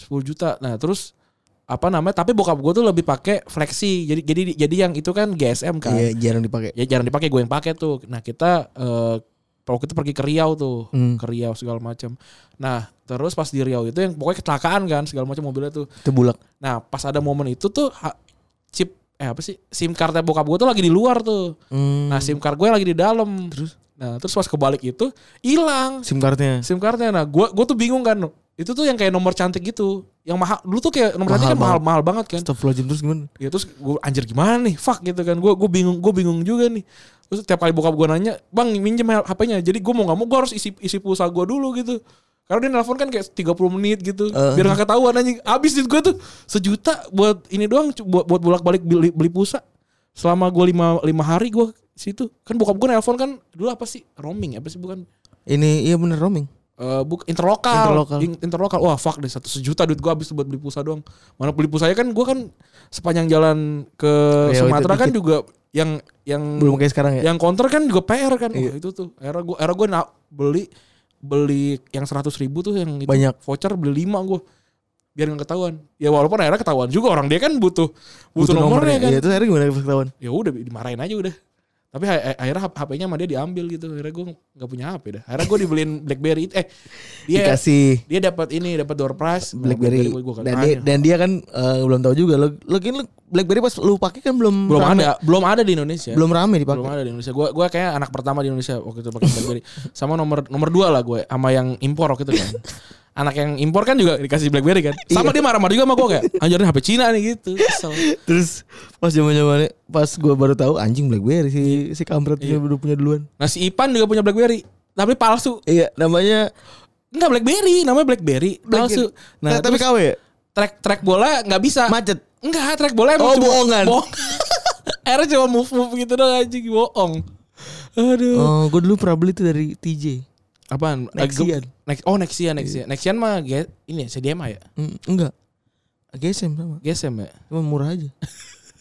10 juta. Nah terus apa namanya? Tapi bokap gue tuh lebih pakai flexi. Jadi jadi jadi yang itu kan GSM kan.
Iya, jarang dipakai.
Ya jarang dipakai, gue yang pakai tuh. Nah kita eh waktu itu pergi ke Riau tuh,
Hmm.
ke Riau segala macam. Nah terus pas di Riau itu yang pokoknya kecelakaan kan segala macam mobilnya tuh.
Itu bulak.
Nah pas ada momen itu tuh ha- chip eh apa sih SIM cardnya bokap gue tuh lagi di luar tuh.
Hmm.
Nah SIM card gue lagi di dalam. Terus? Nah terus pas kebalik itu hilang
SIM cardnya.
SIM cardnya. Nah gue gue tuh bingung kan. Itu tuh yang kayak nomor cantik gitu. Yang mahal dulu tuh kayak nomor cantik
Mahal
kan mahal mahal banget kan.
Astagfirullahaladzim terus gimana?
Ya terus gue anjir gimana nih fuck gitu kan. Gue gue bingung gue bingung juga nih. Terus tiap kali bokap gue nanya, bang minjem HP-nya. Jadi gue mau nggak mau gue harus isi isi pulsa gue dulu gitu. Karena dia nelfon kan kayak 30 menit gitu.
Eh.
Biar gak ketahuan anjing. Habis duit gue tuh sejuta buat ini doang cu- buat buat bolak-balik beli, beli pulsa. Selama gue lima, lima hari gue situ. Kan bokap gue nelfon kan dulu apa sih? Roaming apa sih bukan?
Ini iya bener roaming.
Eh buk interlokal.
Interlokal.
In- interlokal. Wah, fuck deh satu sejuta duit gua habis tuh buat beli pulsa doang. Mana beli pulsanya kan gua kan sepanjang jalan ke
Riau Iya, itu
Sumatera kan
dikit.
juga yang yang
Belum kayak Iya. sekarang ya?
yang counter kan juga PR kan. Wah, itu tuh. Era gua era gua na- beli beli yang 100 ribu tuh yang itu,
Banyak.
voucher beli 5 gua biar nggak ketahuan. Ya walaupun akhirnya ketahuan juga orang dia kan butuh butuh, nomornya, kan
Iya, terus akhirnya gimana pas ketahuan?
ya udah dimarahin aja udah tapi ha- ha- akhirnya hap- HP-nya sama dia diambil gitu akhirnya gue nggak punya HP dah akhirnya gue dibeliin BlackBerry itu eh dia
Dikasih
dia dapat ini dapat door prize
BlackBerry.
gua- Oh, gua-
dan
ah,
dia,
ya.
dan dia kan eh, belum tahu juga. Lo, lo kira lo- BlackBerry pas lu pakai kan belum
belum
rame.
ada belum ada di Indonesia
belum rame dipakai.
belum ada di Indonesia gue gue kayak anak pertama di Indonesia waktu itu pakai BlackBerry sama nomor nomor dua lah gue sama yang impor waktu itu kan anak yang impor kan juga dikasih BlackBerry kan.
Iya.
Sama dia marah-marah juga sama gue kayak anjurin HP Cina nih gitu. Kesel.
Terus pas zaman zamannya pas gue baru tahu anjing BlackBerry si
Iya.
si kampret punya udah punya duluan.
Nah si Ipan juga punya BlackBerry. Tapi palsu.
Iya namanya
Enggak BlackBerry, namanya BlackBerry. Palsu. Nah,
Nah, tapi
terus
KW ya?
track track bola nggak bisa.
Macet.
Enggak, track bola emang
Oh, bohongan.
Bohong. Akhirnya cuma move move gitu doang anjing bohong. Aduh.
Oh, gue dulu pernah beli itu dari TJ.
Apaan?
Nexian.
Nex oh Nexian, Nexian. Nexian mah ge- ini ya, CDMA ya?
Mm, enggak. GSM sama.
GSM ya?
Cuma murah aja.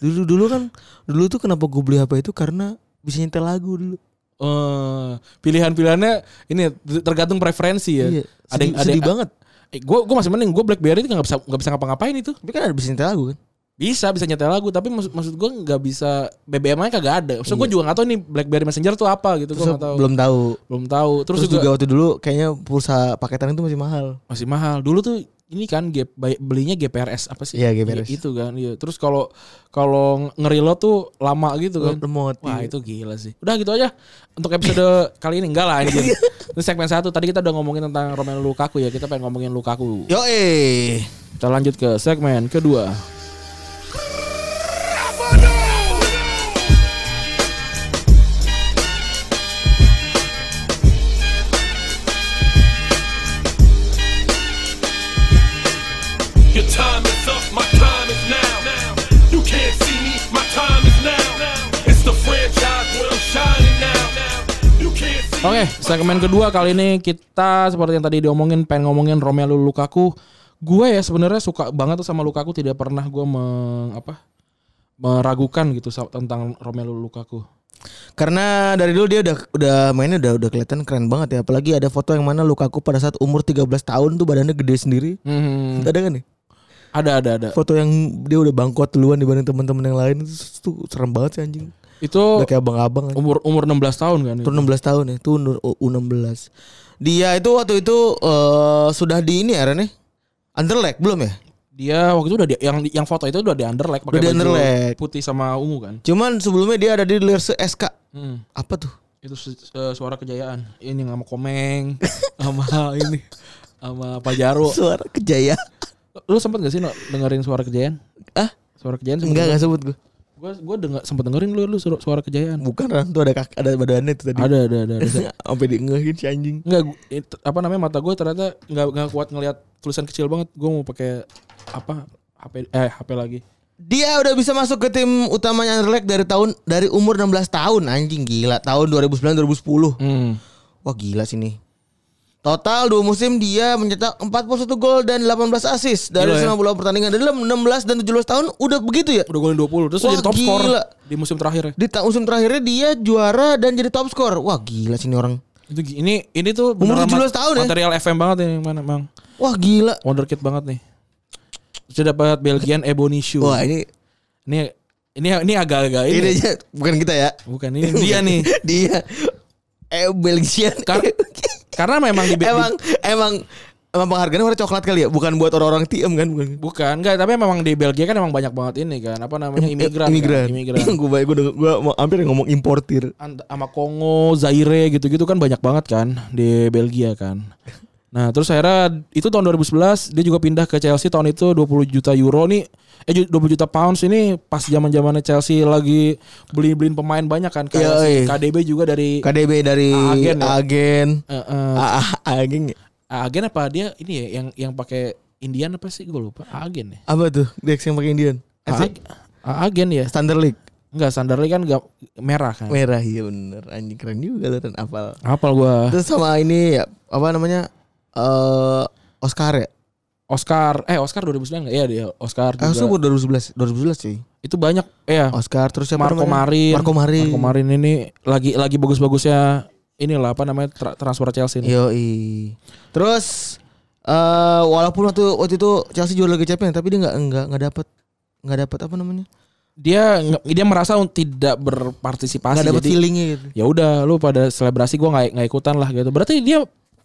Dulu dulu kan dulu tuh kenapa gue beli HP itu karena bisa nyetel lagu dulu.
Eh, pilihan-pilihannya ini tergantung preferensi ya.
Iya.
Ada yang
Sedih,
ada
sedih banget.
Eh, gua gua masih mending gua BlackBerry itu nggak bisa nggak bisa ngapa-ngapain itu.
Tapi kan ada bisa nyetel lagu kan.
Bisa bisa nyetel lagu tapi maksud, maksud gua nggak bisa BBM-nya kagak ada. Maksud gua juga nggak tahu nih BlackBerry Messenger tuh apa gitu
Iya. Terus
gua nggak tahu.
belum tahu.
Belum tahu. Terus,
Terus,
juga,
juga, waktu dulu kayaknya pulsa paketan itu masih mahal.
masih mahal. Dulu tuh ini kan G- bay- belinya GPRS apa sih?
Iya, GPRS.
Itu kan. Iya. Terus kalau kalau ngerilo tuh lama gitu kan.
Remote.
Wah
iya.
itu gila sih. Udah gitu aja untuk episode kali ini enggak lah anjir. Ini segmen satu. Tadi kita udah ngomongin tentang Romelu Lukaku ya. Kita pengen ngomongin Lukaku.
Yo eh.
Kita lanjut ke segmen kedua.
Your time is up, my time is now. You can't see me, my time is now. It's the franchise where I'm shining now. You can't see
Oke, segmen kedua kali ini kita seperti yang tadi diomongin pengen ngomongin Romelu Lukaku. Gue ya sebenarnya suka banget tuh sama Lukaku, tidak pernah gue meng, apa meragukan gitu sa- tentang Romelu Lukaku.
Karena dari dulu dia udah udah mainnya udah udah kelihatan keren banget ya. Apalagi ada foto yang mana Lukaku pada saat umur 13 tahun tuh badannya gede sendiri.
Hmm,
Ada kan nih?
ada ada ada.
Foto yang dia udah bangkuat duluan dibanding teman-teman yang lain Terus tuh serem banget sih anjing.
Itu
Udah kayak abang-abang kan.
umur umur 16 tahun kan.
Tuh 16 tahun ya, tuh U- U16. Dia itu waktu itu eh, sudah di ini ya Ren ya? Underleg belum ya?
Dia waktu itu udah di, yang yang foto itu udah di underleg pakai
Udah di
baju
underleg.
putih sama ungu kan.
Cuman sebelumnya dia ada di Lirse SK.
Hmm,
Apa tuh?
itu su- eh, suara kejayaan. Ini sama Komeng sama ini sama Pak Jarwo.
Suara kejayaan.
Lu sempet gak sih no, dengerin suara kejayaan?
Ah,
Suara kejayaan sempet
enggak enggak sebut gue.
Gue gue denger sempet dengerin lu lu suara, suara kejayaan.
Bukan Ran tuh ada kaki, ada badannya itu tadi.
Ada ada ada. ada.
Sampai di ngehin si anjing.
Enggak gua- it- apa namanya mata gue ternyata nggak nggak kuat ngelihat tulisan kecil banget. Gue mau pakai apa HP eh HP lagi.
Dia udah bisa masuk ke tim utamanya Anderlecht dari tahun dari umur 16 tahun anjing gila tahun 2009 2010.
Hmm.
Wah gila sih nih. Total dua musim dia mencetak 41 gol dan 18 assist dari
Gila ya.
90 pertandingan. Dari dalam 16 dan 17 tahun udah begitu ya.
Udah golin 20 terus
Wah,
jadi top scorer
gila.
di musim terakhir ya.
Di ta- musim terakhirnya dia juara dan jadi top skor. Wah gila sih nih orang.
Itu gi- ini ini tuh
Umur
beneran
17 tahun ya?
material FM banget ini yang mana Bang.
Wah gila.
Wonderkid banget nih. Sudah dapat Belgian Ebony Shoe.
Wah ini
Ini ini ini agak-agak
ini
ini.
aja bukan kita ya.
Bukan ini dia nih.
dia eh Belgian.
Kar- Karena memang di, di-
emang emang emang penghargaannya warna coklat kali ya, bukan buat orang-orang tiem kan, bukan.
bukan enggak tapi memang di Belgia kan emang banyak banget ini kan apa namanya imigran kan,
imigran.
imigran.
gue gue gue mau hampir ngomong importir.
Ant- sama Kongo, Zaire gitu-gitu kan banyak banget kan di Belgia kan. Nah, terus akhirnya itu tahun 2011 dia juga pindah ke Chelsea tahun itu 20 juta euro nih eh ju- 20 juta pounds ini pas zaman-zamannya Chelsea lagi beli-beliin pemain banyak kan kayak
Iya,
si
iya.
KDB juga dari
KDB dari
Agen
agen,
ya?
agen,
Eh, eh,
A- A- agen
agen apa dia ini ya yang yang pakai Indian apa sih gue lupa. Agen ya.
apa tuh? Dex yang pakai Indian.
Ag- agen ya.
Standard League
Enggak standarnya kan enggak merah kan.
merah iya bener anjing keren juga lu dan apal.
Apal gua.
Terus sama ini ya, apa namanya? Eh Oscar ya?
Oscar eh Oscar 2009 enggak? Iya dia Oscar
Ah,
juga.
2011, 2011 sih.
itu banyak ya.
Oscar terus siapa
Marco
namanya?
Marin.
Marco Marin.
Marco Marin ini lagi lagi bagus-bagusnya inilah apa namanya tra- transfer Chelsea.
Iya.
ini.
Yoi. Terus eh walaupun waktu waktu itu Chelsea juara Liga Champions tapi dia nggak nggak nggak dapat nggak dapat apa namanya?
Dia nge- dia merasa un- tidak berpartisipasi.
Nggak dapat
jadi,
feelingnya gitu.
Ya udah lu pada selebrasi gua nggak nggak ikutan lah gitu. Berarti dia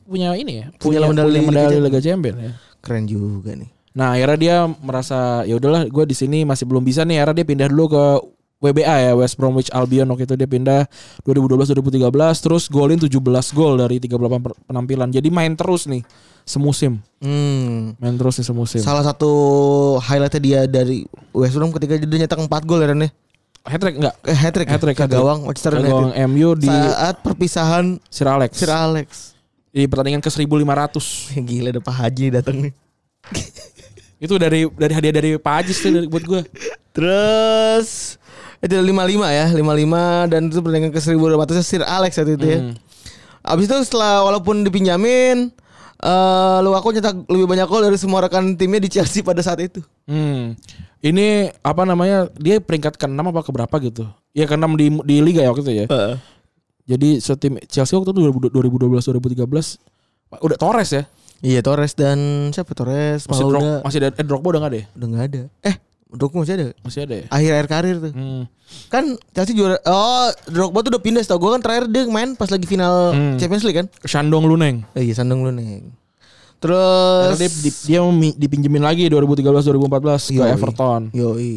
punya ini ya,
Punya medali gitu
punya medali
Liga Champions.
Liga Champions ya.
Keren juga nih.
Nah, akhirnya dia merasa ya udahlah gue di sini masih belum bisa nih. Akhirnya dia pindah dulu ke WBA ya West Bromwich Albion waktu itu dia pindah 2012 2013 terus golin 17 gol dari 38 per- penampilan. Jadi main terus nih semusim.
Hmm.
Main terus nih semusim.
Salah satu highlightnya dia dari West Brom ketika dia nyetak 4 gol ya Ren ya.
Hat trick enggak?
Eh hat trick, ya?
Hat-trick,
ke
hat-trick.
gawang Manchester United.
Gawang MU di
Saat perpisahan
Sir Alex.
Sir Alex.
Di pertandingan ke 1500.
Gila ada Pak Haji datang nih.
Itu dari dari hadiah dari Pak Ajis tuh dari- buat gue.
Terus itu 55 ya, 55 dan itu pertandingan ke 1500 Sir Alex waktu itu
Hmm.
ya. Abis itu setelah walaupun dipinjamin eh Lukaku nyetak lebih banyak gol dari semua rekan timnya di Chelsea pada saat itu.
Hmm. Ini apa namanya? Dia peringkat ke-6 apa ke berapa gitu? Ya ke-6 di di liga ya waktu itu ya. Jadi setim Chelsea waktu itu 2012 2013 udah Torres ya.
Iya Torres dan siapa Torres?
Masih
Malah
Drog-
udah
masih ada eh, Drogba udah enggak deh?
udah nggak ada. Eh Drogba masih ada.
Masih ada ya?
Akhir-akhir karir tuh.
Hmm.
Kan Chelsea juara Oh, Drogba tuh udah pindah setahu gua kan terakhir dia main pas lagi final
Hmm.
Champions League kan.
Shandong Luneng.
Eh, iya Sandung lu nih.
Karena
Terus
dia, di- dia mi- dipinjemin lagi 2013 2014 ke
Yoi.
Everton.
Yoi.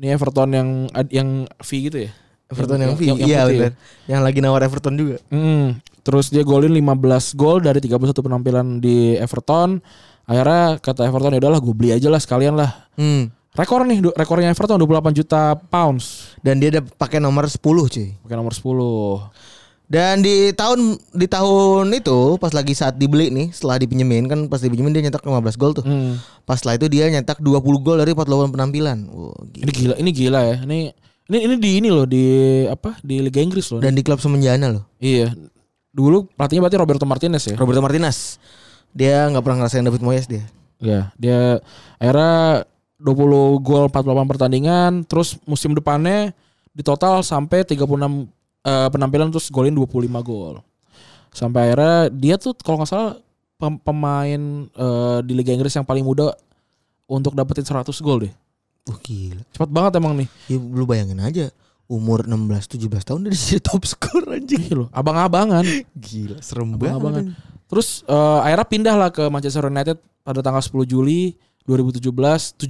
Ini Everton yang ad- yang V gitu ya.
Everton yang, V.
yang
Iya
putih ya?
benar. Yang lagi nawar Everton juga.
Hmm. Terus dia golin 15 gol dari 31 penampilan di Everton. Akhirnya kata Everton ya udahlah gue beli aja lah sekalian lah.
Hmm.
Rekor nih, du- rekornya Everton 28 juta pounds.
Dan dia ada pakai nomor 10 cuy.
Pakai nomor 10.
Dan di tahun di tahun itu pas lagi saat dibeli nih, setelah dipinjemin kan pas dipinjemin dia nyetak 15 gol tuh.
Hmm.
Pas setelah itu dia nyetak 20 gol dari 48 penampilan. Wow,
Ini
gila.
gila, ini gila ya. Ini ini ini di ini loh di apa? Di Liga Inggris loh.
Dan di klub semenjana loh.
iya. Dulu pelatihnya berarti Roberto Martinez ya.
Roberto Martinez. Dia nggak pernah ngerasain David Moyes dia.
Iya, dia akhirnya 20 gol 48 pertandingan, terus musim depannya di total sampai 36 eh, penampilan terus golin 25 gol. Sampai akhirnya dia tuh kalau nggak salah pem- pemain eh, di Liga Inggris yang paling muda untuk dapetin 100 gol deh.
Wah gila.
Cepat banget emang nih.
Ya lu bayangin aja umur 16 17 tahun dia jadi top skor anjing.
Iya loh, abang-abangan.
Gila, serem
Abang-abangan.
banget.
Terus eh, akhirnya pindah lah ke Manchester United pada tanggal 10 Juli 2017, 75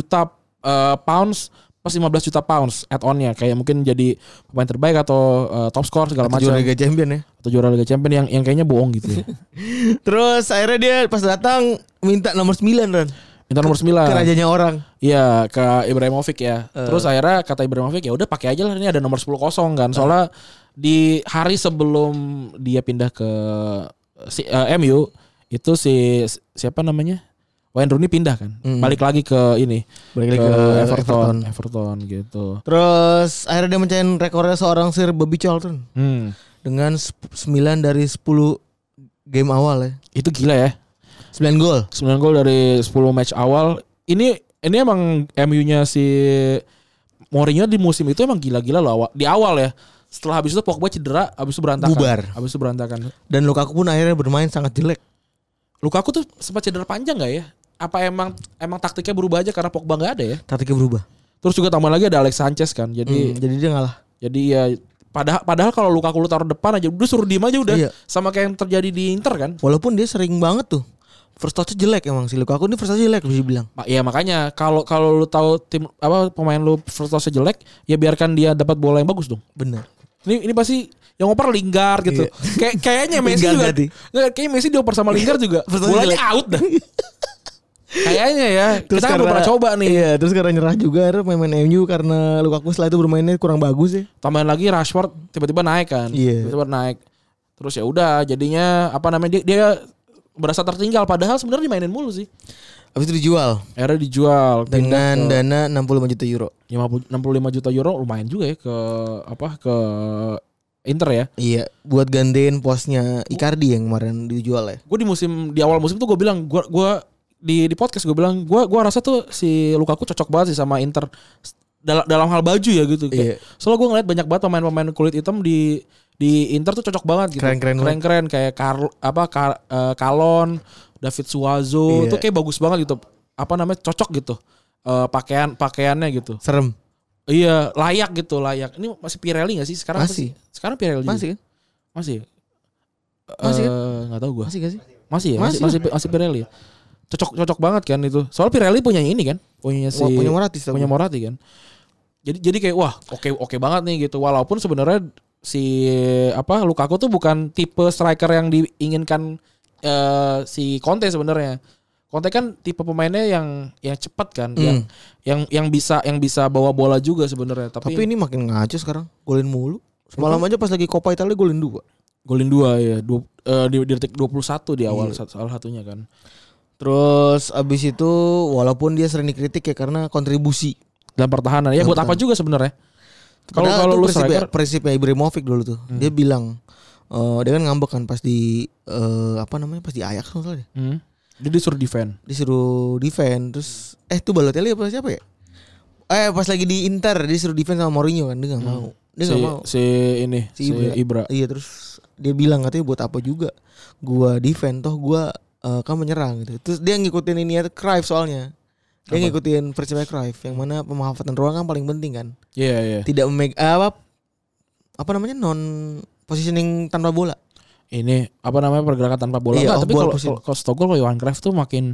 juta eh, pounds plus 15 juta pounds add on-nya kayak mungkin jadi pemain terbaik atau eh, top score segala
Atau
macam
Juara Liga Champion ya.
atau juara Liga Champions yang yang kayaknya bohong gitu ya.
Terus akhirnya dia pas datang minta nomor 9 Ren.
Minta nomor 9.
Kerajanya orang.
Iya, ke Ibrahimovic ya. Terus akhirnya kata Ibrahimovic ya udah pakai aja lah ini ada nomor 10 kosong kan. Soalnya di hari sebelum dia pindah ke si eh, MU itu si siapa namanya? Wayne Rooney pindah kan. Balik lagi ke ini.
Balik lagi
ke,
ke
Everton.
Everton.
Everton, gitu.
Terus akhirnya dia mencain rekornya seorang Sir Bobby Charlton
Hmm.
dengan 9 dari 10 game awal ya.
Itu gila ya.
9 gol.
9 gol dari 10 match awal. Ini ini emang MU-nya si Mourinho di musim itu emang gila-gila loh awal, di awal ya. Setelah habis itu Pogba cedera, habis itu berantakan.
Bubar.
Habis itu berantakan.
Dan Lukaku pun akhirnya bermain sangat jelek.
Lukaku tuh sempat cedera panjang nggak ya? Apa emang emang taktiknya berubah aja karena Pogba nggak ada ya?
Taktiknya berubah.
Terus juga tambah lagi ada Alex Sanchez kan.
Hmm,
Jadi
jadi dia ngalah.
jadi ya padahal padahal kalau Lukaku lu taruh depan aja udah suruh diem aja udah.
Iya.
Sama kayak yang terjadi di Inter kan.
Walaupun dia sering banget tuh. First touch jelek emang si Lukaku ini first touch jelek bisa bilang.
Ma- Ya makanya kalau kalau lu tahu tim apa pemain lu first jelek, ya biarkan dia dapat bola yang bagus dong.
Bener.
Ini ini pasti yang ngoper Lingard gitu. Kayak kayaknya Messi juga.
Lingard Iya. berarti.
Nggak, Kayaknya Messi dioper sama Lingard juga.
First touch
Bolanya
jelek.
out dah. kayaknya ya. Kita kan belum pernah coba nih.
Iya, terus karena nyerah juga akhirnya main-main MU karena Lukaku setelah itu bermainnya kurang bagus ya.
tambahan lagi Rashford tiba-tiba naik kan
Iya.
tiba-tiba naik terus ya udah jadinya apa namanya dia, dia berasa tertinggal padahal sebenarnya dimainin mulu sih
Habis itu dijual
akhirnya dijual pindah
dengan dana 65 juta euro.
50 65 juta euro lumayan juga ya ke apa ke Inter ya
Iya, buat gantiin posnya Icardi yang kemarin dijual ya.
gue di musim di awal musim tuh gue bilang gue gua di di podcast gue bilang gue gua rasa tuh si Lukaku cocok banget sih sama Inter dalam dalam hal baju ya gitu kayak.
Iya.
Soalnya gue ngeliat banyak banget pemain-pemain kulit hitam di di Inter tuh cocok banget gitu.
Keren-keren
keren, keren kayak Karl apa Kar- eh, Kalon, David Suazo
Iya.
tuh kayak bagus banget gitu. Apa namanya cocok gitu. Eh, pakaian pakaiannya gitu.
Serem.
Iya, layak gitu, layak. Ini masih Pirelli gak sih sekarang? apa
Masih.
sih? Sekarang Pirelli. juga?
Masih kan?
Masih.
Masih kan?
Eh, nggak tahu gue.
Masih gak sih?
Masih ya? Masih,
Masih
masih, masih Pirelli. ya? Cocok cocok banget kan itu. Soal Pirelli punya ini kan, punya si
Wah, punya Moratis tapi.
punya Moratti kan. Jadi jadi kayak wah, oke oke banget nih gitu. Walaupun sebenarnya si apa Lukaku tuh bukan tipe striker yang diinginkan eh, si Conte sebenarnya. Conte kan tipe pemainnya yang yang cepat kan, yang yang yang bisa yang bisa bawa bola juga sebenarnya. Tapi,
Tapi ini makin ngaco sekarang. Golin mulu. ya. Semalam aja pas lagi Coppa Italia golin dua.
golin dua ya, dua, eh, di, di detik 21 di awal sat- salah satunya kan.
Terus abis itu walaupun dia sering dikritik ya karena kontribusi.
Dalam pertahanan. Ya buat apa juga sebenarnya? Kalau
Padahal
kalau
itu
lu Hmm.
prinsipnya,
striker
prinsipnya Ibrahimovic dulu tuh. Dia bilang eh, dia kan ngambek kan pas di eh, apa namanya pas di Ajax kalau nggak salah deh.
hmm, dia disuruh defend.
disuruh defend terus eh tuh Balotelli apa siapa ya? Eh pas lagi di Inter disuruh defend sama Mourinho kan dia nggak mau. Dia
Hmm. Si,
nggak mau.
si ini si Ibra.
Iya terus dia bilang katanya buat apa juga gua defend toh gua eh, kan menyerang gitu. Terus dia ngikutin ini ya Cruyff soalnya. Dia ngikutin prinsipnya Cruyff yang mana pemanfaatan ruang kan paling penting kan.
Iya iya.
Tidak memeg apa apa namanya non positioning tanpa bola.
Ini apa namanya pergerakan tanpa bola.
Iya,
Nggak,
off
tapi
ball
kalau
position.
kalau- kalau Stokol kalau Johan Cruyff tuh makin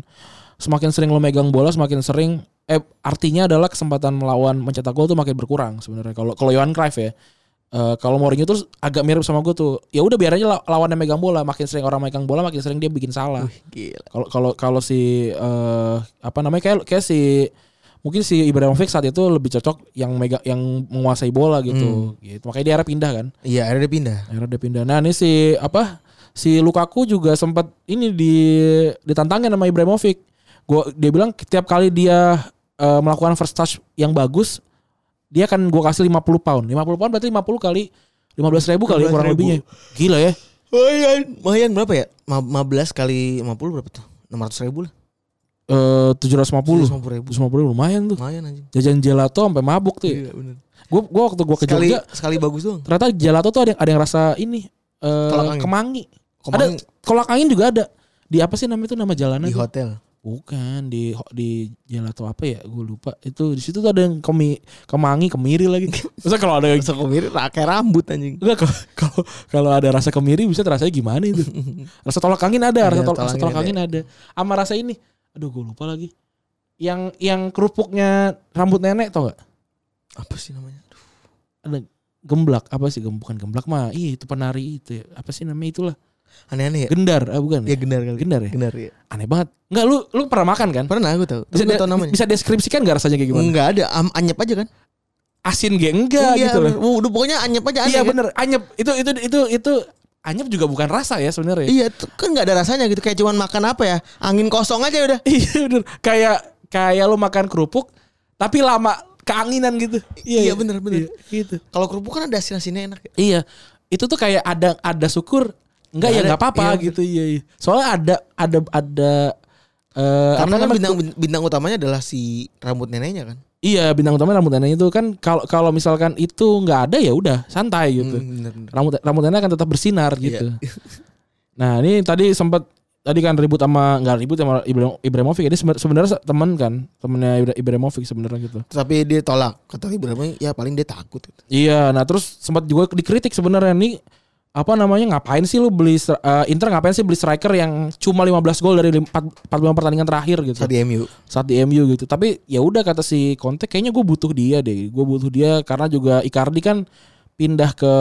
semakin sering lo megang bola semakin sering eh artinya adalah kesempatan melawan mencetak gol tuh makin berkurang sebenarnya. Kalau kalau Johan Cruyff ya Eh, kalau Mourinho terus agak mirip sama gue tuh. Ya udah biar aja law- lawannya megang bola, makin sering orang megang bola, makin sering dia bikin salah.
Gila.
Kalau kalau kalau si eh, apa namanya kayak kayak si mungkin si Ibrahimovic saat itu lebih cocok yang mega yang menguasai bola gitu. Gitu. Makanya dia akhirnya pindah kan.
Iya, akhirnya dia pindah.
Akhirnya dia pindah. Nah, ini si apa? Si Lukaku juga sempat ini di ditantangin sama Ibrahimovic. Gua dia bilang tiap kali dia eh, melakukan first touch yang bagus, dia akan gua kasih 50 pound. 50 pound berarti 50 kali 15 ribu kali ya, kurang
15.000.
lebihnya. Gila ya.
Lumayan, lumayan berapa ya? Ma- 15 kali 50 berapa tuh? 600 ribu lah.
Eh 750.
750 ribu.
750 lumayan tuh.
Lumayan anjing.
Jajan gelato sampai mabuk tuh. ya.
Iya, bener.
Gua gua waktu gua ke
Sekali
Jogja
sekali bagus doang.
ternyata gelato tuh ada yang ada yang rasa ini eh
Kolak angin.
kemangi. Ada
Kemarin
kolak angin juga ada. Di apa sih namanya itu nama jalanan?
di
tuh?
hotel.
Bukan di di gelato apa ya? Gue lupa. Itu di situ tuh ada yang kemi kemangi kemiri lagi. Masa kalau ada
Bisa komir kayak rambut anjing.
enggak kalau- kalau kalau ada rasa kemiri bisa terasa gimana itu? Rasa tolak angin ada, rasa,
Ada
tol-
Iya, tolak
rasa tolak angin
angin
ada. Sama rasa ini. Aduh gue lupa lagi. Yang yang kerupuknya rambut nenek tau gak?
Apa sih namanya? Aduh.
Ada gemblak apa sih Gem- bukan gemblak mah iya itu penari itu ya. apa sih namanya itulah
Aneh-aneh ya.
gendar ah, bukan
Ya gendar kali.
Gendar ya?
Gendar ya.
aneh banget nggak lu lu pernah makan kan
Pernah aku tahu. Tapi
bisa,
nggak tahu namanya.
bisa deskripsikan nggak rasanya kayak gimana
Enggak ada, am, anyep aja kan?
asin gak enggak
Iya,
gitu loh
bener. Udah pokoknya anyep aja aneh
Iya
kan?
bener anyep itu itu itu itu anyep juga bukan rasa ya sebenarnya.
Iya, tuh kan nggak ada rasanya gitu kayak cuman makan apa ya? Angin kosong aja udah.
Iya bener kayak kayak lo makan kerupuk tapi lama keanginan gitu.
Iya, bener,
Iya,
bener.
gitu.
Kalau kerupuk kan ada asin-asinnya enak. ya.
Iya. Itu tuh kayak ada ada syukur enggak ya
Ada,
enggak apa-apa
iya.
gitu. Iya, iya. Soalnya ada ada ada eh
Karena
apa namanya?
kan bintang bintang utamanya adalah si rambut neneknya kan.
Iya, bintang utama rambut nenek itu kan kalau kalau misalkan itu enggak ada ya udah santai gitu.
Hmm, bener, bener.
rambut rambut Anda akan tetap bersinar gitu. Nah ini tadi sempat tadi kan ribut sama nggak ribut sama Ibra- Ibrahimovic ini seben- sebenarnya teman kan temennya Ibra- Ibrahimovic sebenarnya gitu.
Tapi dia tolak. Kata Ibrahim, ya paling dia takut. Gitu.
Iya, nah terus sempat juga dikritik sebenarnya nih apa namanya ngapain sih lu beli stri- eh, Inter ngapain sih beli striker yang cuma 15 gol dari lim- empat- 45 pertandingan terakhir gitu
Saat di MU.
saat di MU gitu. Tapi ya udah kata si Conte kayaknya gue butuh dia deh. Gue butuh dia karena juga Icardi kan pindah ke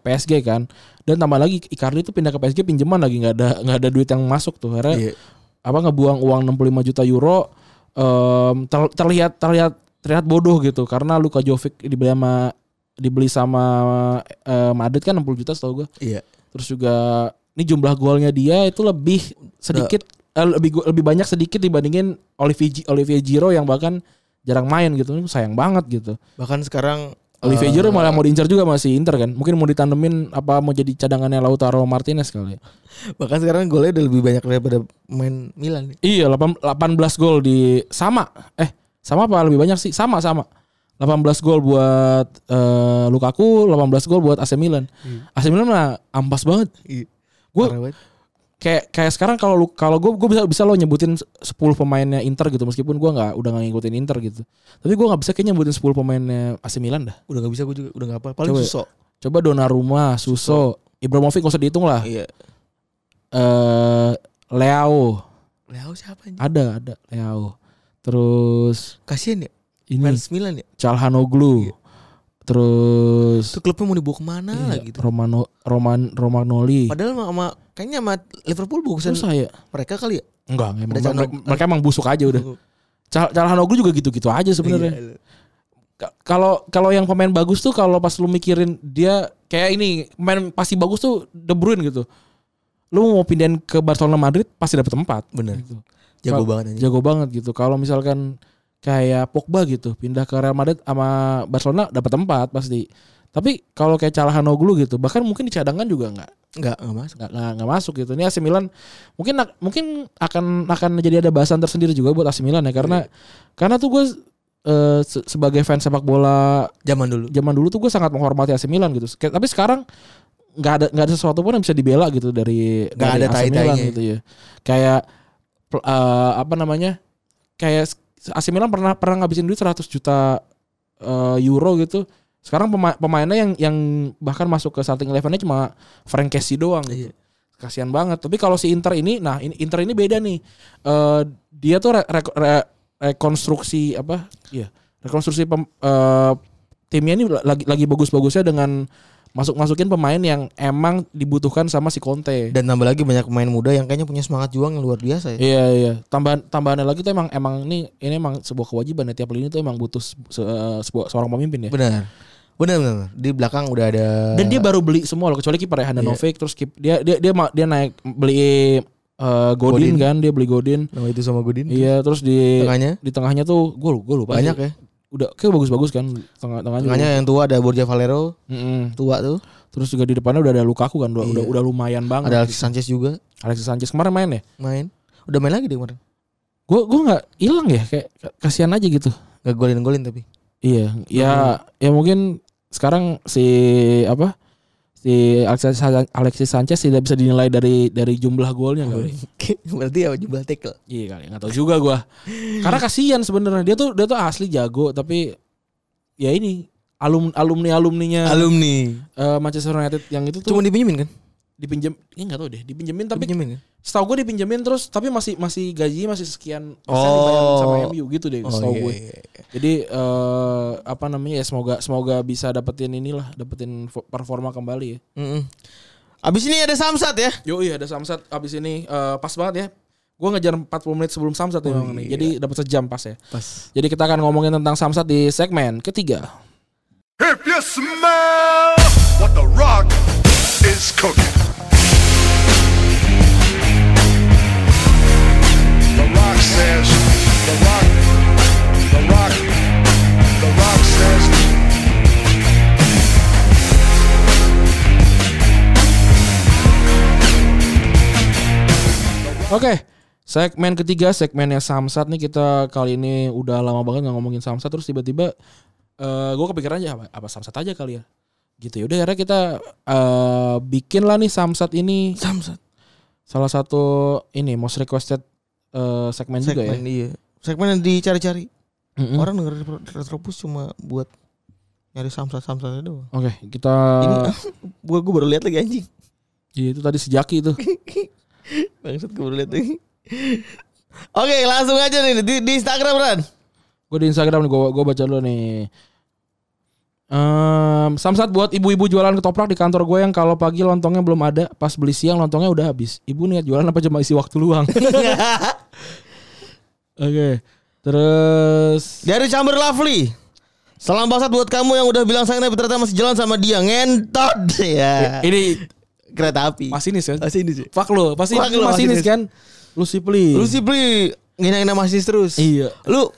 PSG kan. Dan tambah lagi Icardi tuh pindah ke PSG pinjaman lagi nggak ada nggak ada duit yang masuk tuh. Akhirnya
Iya.
apa ngebuang uang 65 juta euro em, ter- terlihat terlihat terlihat bodoh gitu karena Luka Jovic dibeli sama dibeli sama eh, Madrid kan 60 juta setahu gue.
Iya.
Terus juga ini jumlah golnya dia itu lebih sedikit eh, lebih go- lebih banyak sedikit dibandingin Olivier Gi- Olivier Giroud yang bahkan jarang main gitu. Ini Sayang banget gitu.
Bahkan sekarang eh,
Olivier Giroud malah mau diincar juga masih Inter kan. Mungkin mau ditandemin apa mau jadi cadangannya Lautaro Martinez kali. ya.
bahkan sekarang golnya udah lebih banyak daripada main Milan.
Iya,
nih.
8 18 gol di sama. Eh, sama apa lebih banyak sih? Sama sama. 18 gol buat eh, Lukaku, 18 gol buat AC Milan. AC Milan mah ampas banget.
Iya.
Gua-
Parah banget.
kayak kayak sekarang kalau lu- kalau gue gue bisa bisa lo nyebutin 10 pemainnya Inter gitu meskipun gue nggak udah nggak ngikutin Inter gitu tapi gue nggak bisa kayak nyebutin 10 pemainnya AC Milan dah
udah gak bisa gue juga udah gak apa paling
Coba ya.
susok.
coba Donnarumma Suso Ibrahimovic gak usah dihitung lah eh
Iya.
Leao
Leo oh, siapa anjing?
ada ada Leao terus
Kasian ya
ini
fans Milan ya.
Calhanoglu Terus
Itu klubnya mau dibawa kemana lagi tuh.
iya, Romano Roman Romanoli.
Padahal sama, sama kayaknya sama Liverpool bagusan
Terus saya
mereka kali ya.
enggak emang
Ada
mereka,
Calhanoglu.
mereka emang busuk aja Iya, udah. Cal Calhanoglu juga gitu-gitu aja sebenarnya.
Iya.
Ka- Kalau kalau yang pemain bagus tuh kalau pas lu mikirin dia kayak ini pemain pasti bagus tuh De Bruyne gitu. Lu mau pindahin ke Barcelona Madrid pasti dapet tempat.
Bener.
Gitu.
Jago
Kal-
banget aja.
Jago banget gitu. Kalau misalkan kayak Pogba gitu, pindah ke Real Madrid sama Barcelona dapat tempat pasti. Tapi kalau kayak Calhanoglu gitu, bahkan mungkin di cadangan juga nggak
Enggak, enggak masuk.
nggak nggak- nggak masuk gitu. Ini AC Milan mungkin mungkin akan akan jadi ada bahasan tersendiri juga buat AC Milan ya karena karena tuh gue eh, se- sebagai fans sepak bola
Zaman dulu.
zaman dulu tuh gue sangat menghormati AC Milan gitu. Ke- Tapi sekarang nggak ada nggak ada sesuatu pun yang bisa dibela gitu dari
Nggak
dari
ada tai-tainya.
gitu ya. Kayak pl- eh, apa namanya? Kayak s- AC Milan pernah pernah ngabisin duit 100 juta eh, euro gitu. Sekarang pema- pemainnya yang yang bahkan masuk ke starting elevennya cuma Frank Casey doang
Iya.
gitu. Kasihan banget. Tapi kalau si Inter ini nah ini- Inter ini beda nih. Eh, dia tuh re- re- re- rekonstruksi apa? Iya. Rekonstruksi pem- eh, timnya ini lagi lagi bagus-bagusnya dengan masuk-masukin pemain yang emang dibutuhkan sama si Conte.
Dan tambah lagi banyak pemain muda yang kayaknya punya semangat juang yang luar biasa ya.
Iya iya. Tambahan tambahannya lagi tuh emang emang ini ini emang sebuah kewajiban ya tiap lini tuh emang butuh se- se- eh, sebuah seorang pemimpin ya.
Benar. Benar, benar. benar. Di belakang udah ada
Dan dia baru beli semua loh kecuali kiper ya Handanovic terus kip, dia dia dia ma- dia naik beli eh, Godin,
Godin.
kan dia beli Godin.
nama itu sama Godin.
Iya terus di
Tengahnya?
di tengahnya tuh gue lupa, lupa
Banyak
sih.
ya.
Udah kayak bagus-bagus kan tengah-tengahnya.
Tengahnya yang tua ada Borja Valero,
Mm-mm.
tua tuh.
Terus juga di depannya udah ada Lukaku kan udah udah, udah lumayan banget.
Ada Alexis Sanchez juga
Alexis Sanchez kemarin main ya?
main. Udah main lagi deh kemarin.
Gue gua nggak hilang ya kayak kasihan aja gitu.
Gak golin-golin tapi.
Iya, ya ya mungkin sekarang si apa? Si Alexis Alexis Sanchez tidak bisa dinilai dari dari jumlah golnya kali.
Berarti ya jumlah tackle.
Oh, Iya kali, nggak tahu juga gua. Karena kasihan sebenarnya dia tuh dia tuh asli jago tapi ya ini alum alumni alumninya
Alumni.
Manchester United yang itu tuh
Cuma dipinjemin kan?
dipinjam ya nggak tahu deh dipinjemin tapi
Dipinjemin kan?
setahu gue dipinjemin terus tapi masih masih gaji masih sekian persen dibayarin sama
Oh.
MU gitu deh
Oh,
setahu
iya,
gue.
iya,
Jadi eh, apa namanya ya semoga semoga bisa dapetin inilah dapetin fo- performa kembali ya.
Mm-mm. Abis ini ada Samsat ya.
Yo iya ada Samsat abis ini eh, pas banget ya. Gue ngejar 40 menit sebelum Samsat
Oh,
memang
iya.
nih. Jadi dapat sejam pas ya.
Pas.
Jadi kita akan ngomongin tentang Samsat di segmen ketiga.
If you smell what the rock is cooking. The rock says, the rock, the rock, the rock says.
Oke, segmen ketiga, segmennya Samsat nih kita kali ini udah lama banget nggak ngomongin Samsat terus tiba-tiba eh gue kepikiran aja apa, apa Samsat aja kali ya. Gitu yaudah akhirnya kita eh, bikin lah nih Samsat ini
Samsat.
salah satu ini most requested eh, segmen, juga ya.
Segmen iya. Segmen yang dicari-cari.
Mm-mm.
Orang denger retro- Retropus cuma buat nyari Samsat-Samsat doang.
Oke, kita
Ini gua gua baru lihat lagi anjing.
Iya, itu tadi sejaki itu.
Bangsat gua baru lihat lagi. Oke, langsung aja nih di, di Instagram Ran.
Gue di Instagram nih, gue gue baca dulu nih. Em, samsat buat ibu-ibu jualan ketoprak di kantor gue yang kalau pagi lontongnya belum ada, pas beli siang lontongnya udah habis. Ibu niat jualan apa cuma isi waktu luang? Oke. Terus
Dari Chamber Lovely. Salam bangsat buat kamu yang udah bilang sayang tapi ternyata masih jalan sama dia ngentot ya.
ini
Kereta api.
masinis ya?
Masih ini sih.
Fuck lo, pasti
kan? Fuck lu,
masinis
masinis.
kan? Lu sih peli.
Lu sih beli ngina-ngina masih terus.
Iya.
Lu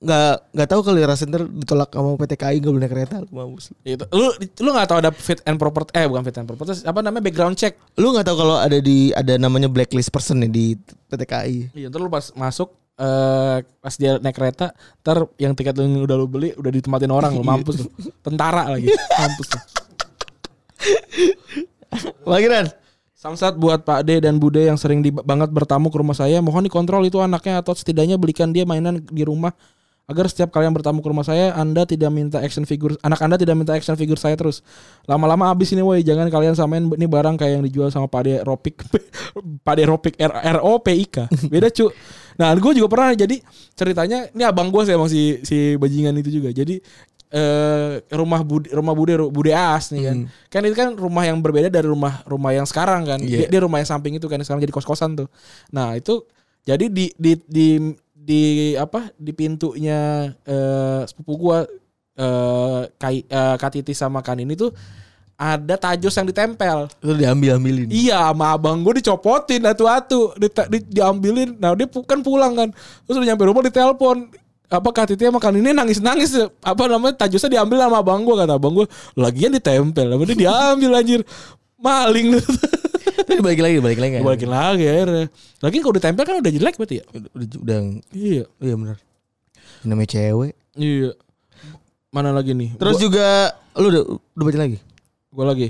nggak nggak tahu kali rasen ntar ditolak sama PT KAI nggak boleh naik kereta lu mampus.
Itu. Lu lu nggak tahu ada fit and proper eh bukan fit and proper terus apa namanya background check.
Lu nggak tahu kalau ada di ada namanya blacklist person nih di PT KAI.
Iya, ntar lu pas masuk eh pas dia naik kereta, ntar yang tiket lu yang udah lu beli udah ditempatin orang lu mampus lu. Tentara lagi. mampus lu.
Lagi Ran.
Samsat buat Pak D dan Bude yang sering di, banget bertamu ke rumah saya, mohon dikontrol itu anaknya atau setidaknya belikan dia mainan di rumah agar setiap kalian bertamu ke rumah saya, Anda tidak minta action figure, anak Anda tidak minta action figure saya terus. Lama-lama habis ini woi, jangan kalian samain ini barang kayak yang dijual sama Pak D Ropik. Pak D Ropik R, R O P I K. Beda, cu. Nah, gue juga pernah jadi ceritanya ini abang gue sih emang si si bajingan itu juga. Jadi eh rumah Bude, rumah Bude Bude Aas nih kan. Kan itu kan rumah yang berbeda dari rumah rumah yang sekarang kan. Dia,
Iya.
dia rumah yang samping itu kan yang sekarang jadi kos-kosan tuh. Nah, itu jadi di di di di apa di pintunya eh sepupu gua eh Kai eh, Katiti sama Kan ini tuh ada tajus yang ditempel.
Itu diambil ambilin.
Iya, sama abang gue dicopotin atu-atu, dita- di- diambilin. Nah, dia pu- kan pulang kan. Terus udah nyampe rumah ditelepon. Apa Kak Titi sama Kak Nini nangis-nangis. Apa namanya, tajusnya diambil sama abang gue. Kata abang gue, lagian ditempel. Sama dia diambil anjir. Maling.
Terus balik lagi, balik lagi. kan?
Dibalikin lagi akhirnya. Lagian kalau ditempel kan udah jelek berarti ya?
Udah, udah- udah
Iya.
iya benar. Namanya cewek.
Iya. Mana lagi nih?
Terus
Gua-
juga lu udah udah baca lagi.
gue lagi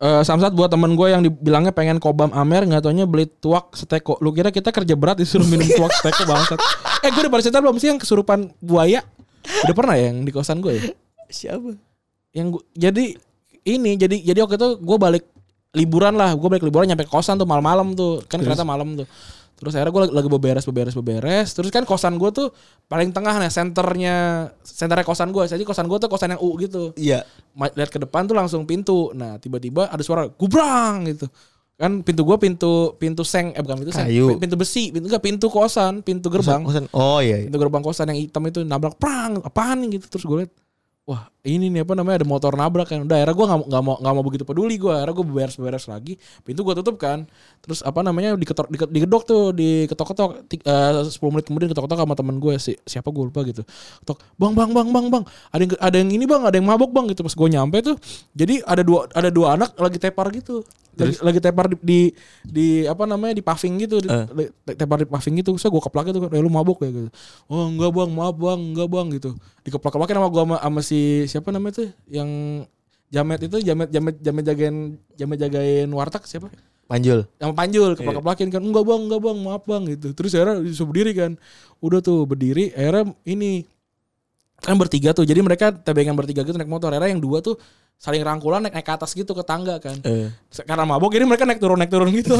Eh Samsat buat temen gue yang dibilangnya pengen kobam Amer nggak taunya beli tuak seteko. Lu kira kita kerja berat disuruh minum tuak seteko bangsat. Eh gue udah pernah cerita belum sih yang kesurupan buaya? Udah pernah ya yang di kosan gue ya?
Siapa?
Yang gua- jadi ini jadi jadi waktu itu gue balik liburan lah. Gue balik liburan nyampe kosan tuh malam-malam tuh. Kan ternyata malam tuh. Terus akhirnya gue lagi, lagi beberes beberes beberes. Terus kan kosan gue tuh paling tengah nih senternya senternya kosan gue. Jadi kosan gue tuh kosan yang U gitu
Iya.
ma- lihat ke depan tuh langsung pintu. Nah, tiba-tiba ada suara gubrang gitu. Kan pintu gua pintu pintu seng eh bukan pintu seng,
Kayu.
pintu besi, pintu enggak pintu kosan, pintu gerbang.
Kosan, kosan. Oh iya. iya.
Pintu gerbang kosan yang hitam itu nabrak prang, apaan gitu terus gue lihat Wah ini nih apa namanya ada motor nabrak kan Udah akhirnya gue gak, mau nggak mau begitu peduli gue Akhirnya gue beres-beres lagi Pintu gue tutup kan Terus apa namanya diketok, diketok, digedok tuh Diketok-ketok Ti- eh, 10 menit kemudian ketok-ketok sama temen gue si, Siapa gue lupa gitu Ketok bang bang bang bang bang Ada yang, ada yang ini bang ada yang mabok bang gitu Pas gue nyampe tuh Jadi ada dua ada dua anak lagi tepar gitu Lagi, lagi tepar di, di, di apa namanya di paving gitu di, li- Tepar di paving gitu Terus gue keplak gitu kan Eh lu mabok ya gitu Oh enggak bang maaf bang enggak bang gitu Dikeplak-keplakin sama gue sama, sama si siapa namanya tuh Yang jamet itu jamet jamet jamet jagain jamet jagain warteg siapa
Panjul.
sama panjul keplak-keplakin kan enggak bang enggak bang maaf bang gitu terus akhirnya disuruh berdiri kan udah tuh berdiri akhirnya ini kan bertiga tuh jadi mereka tebengan bertiga gitu naik motor akhirnya yang dua tuh saling rangkulan naik naik ke atas gitu ke tangga kan
Eh.
Se- karena mabok jadi mereka naik turun naik turun gitu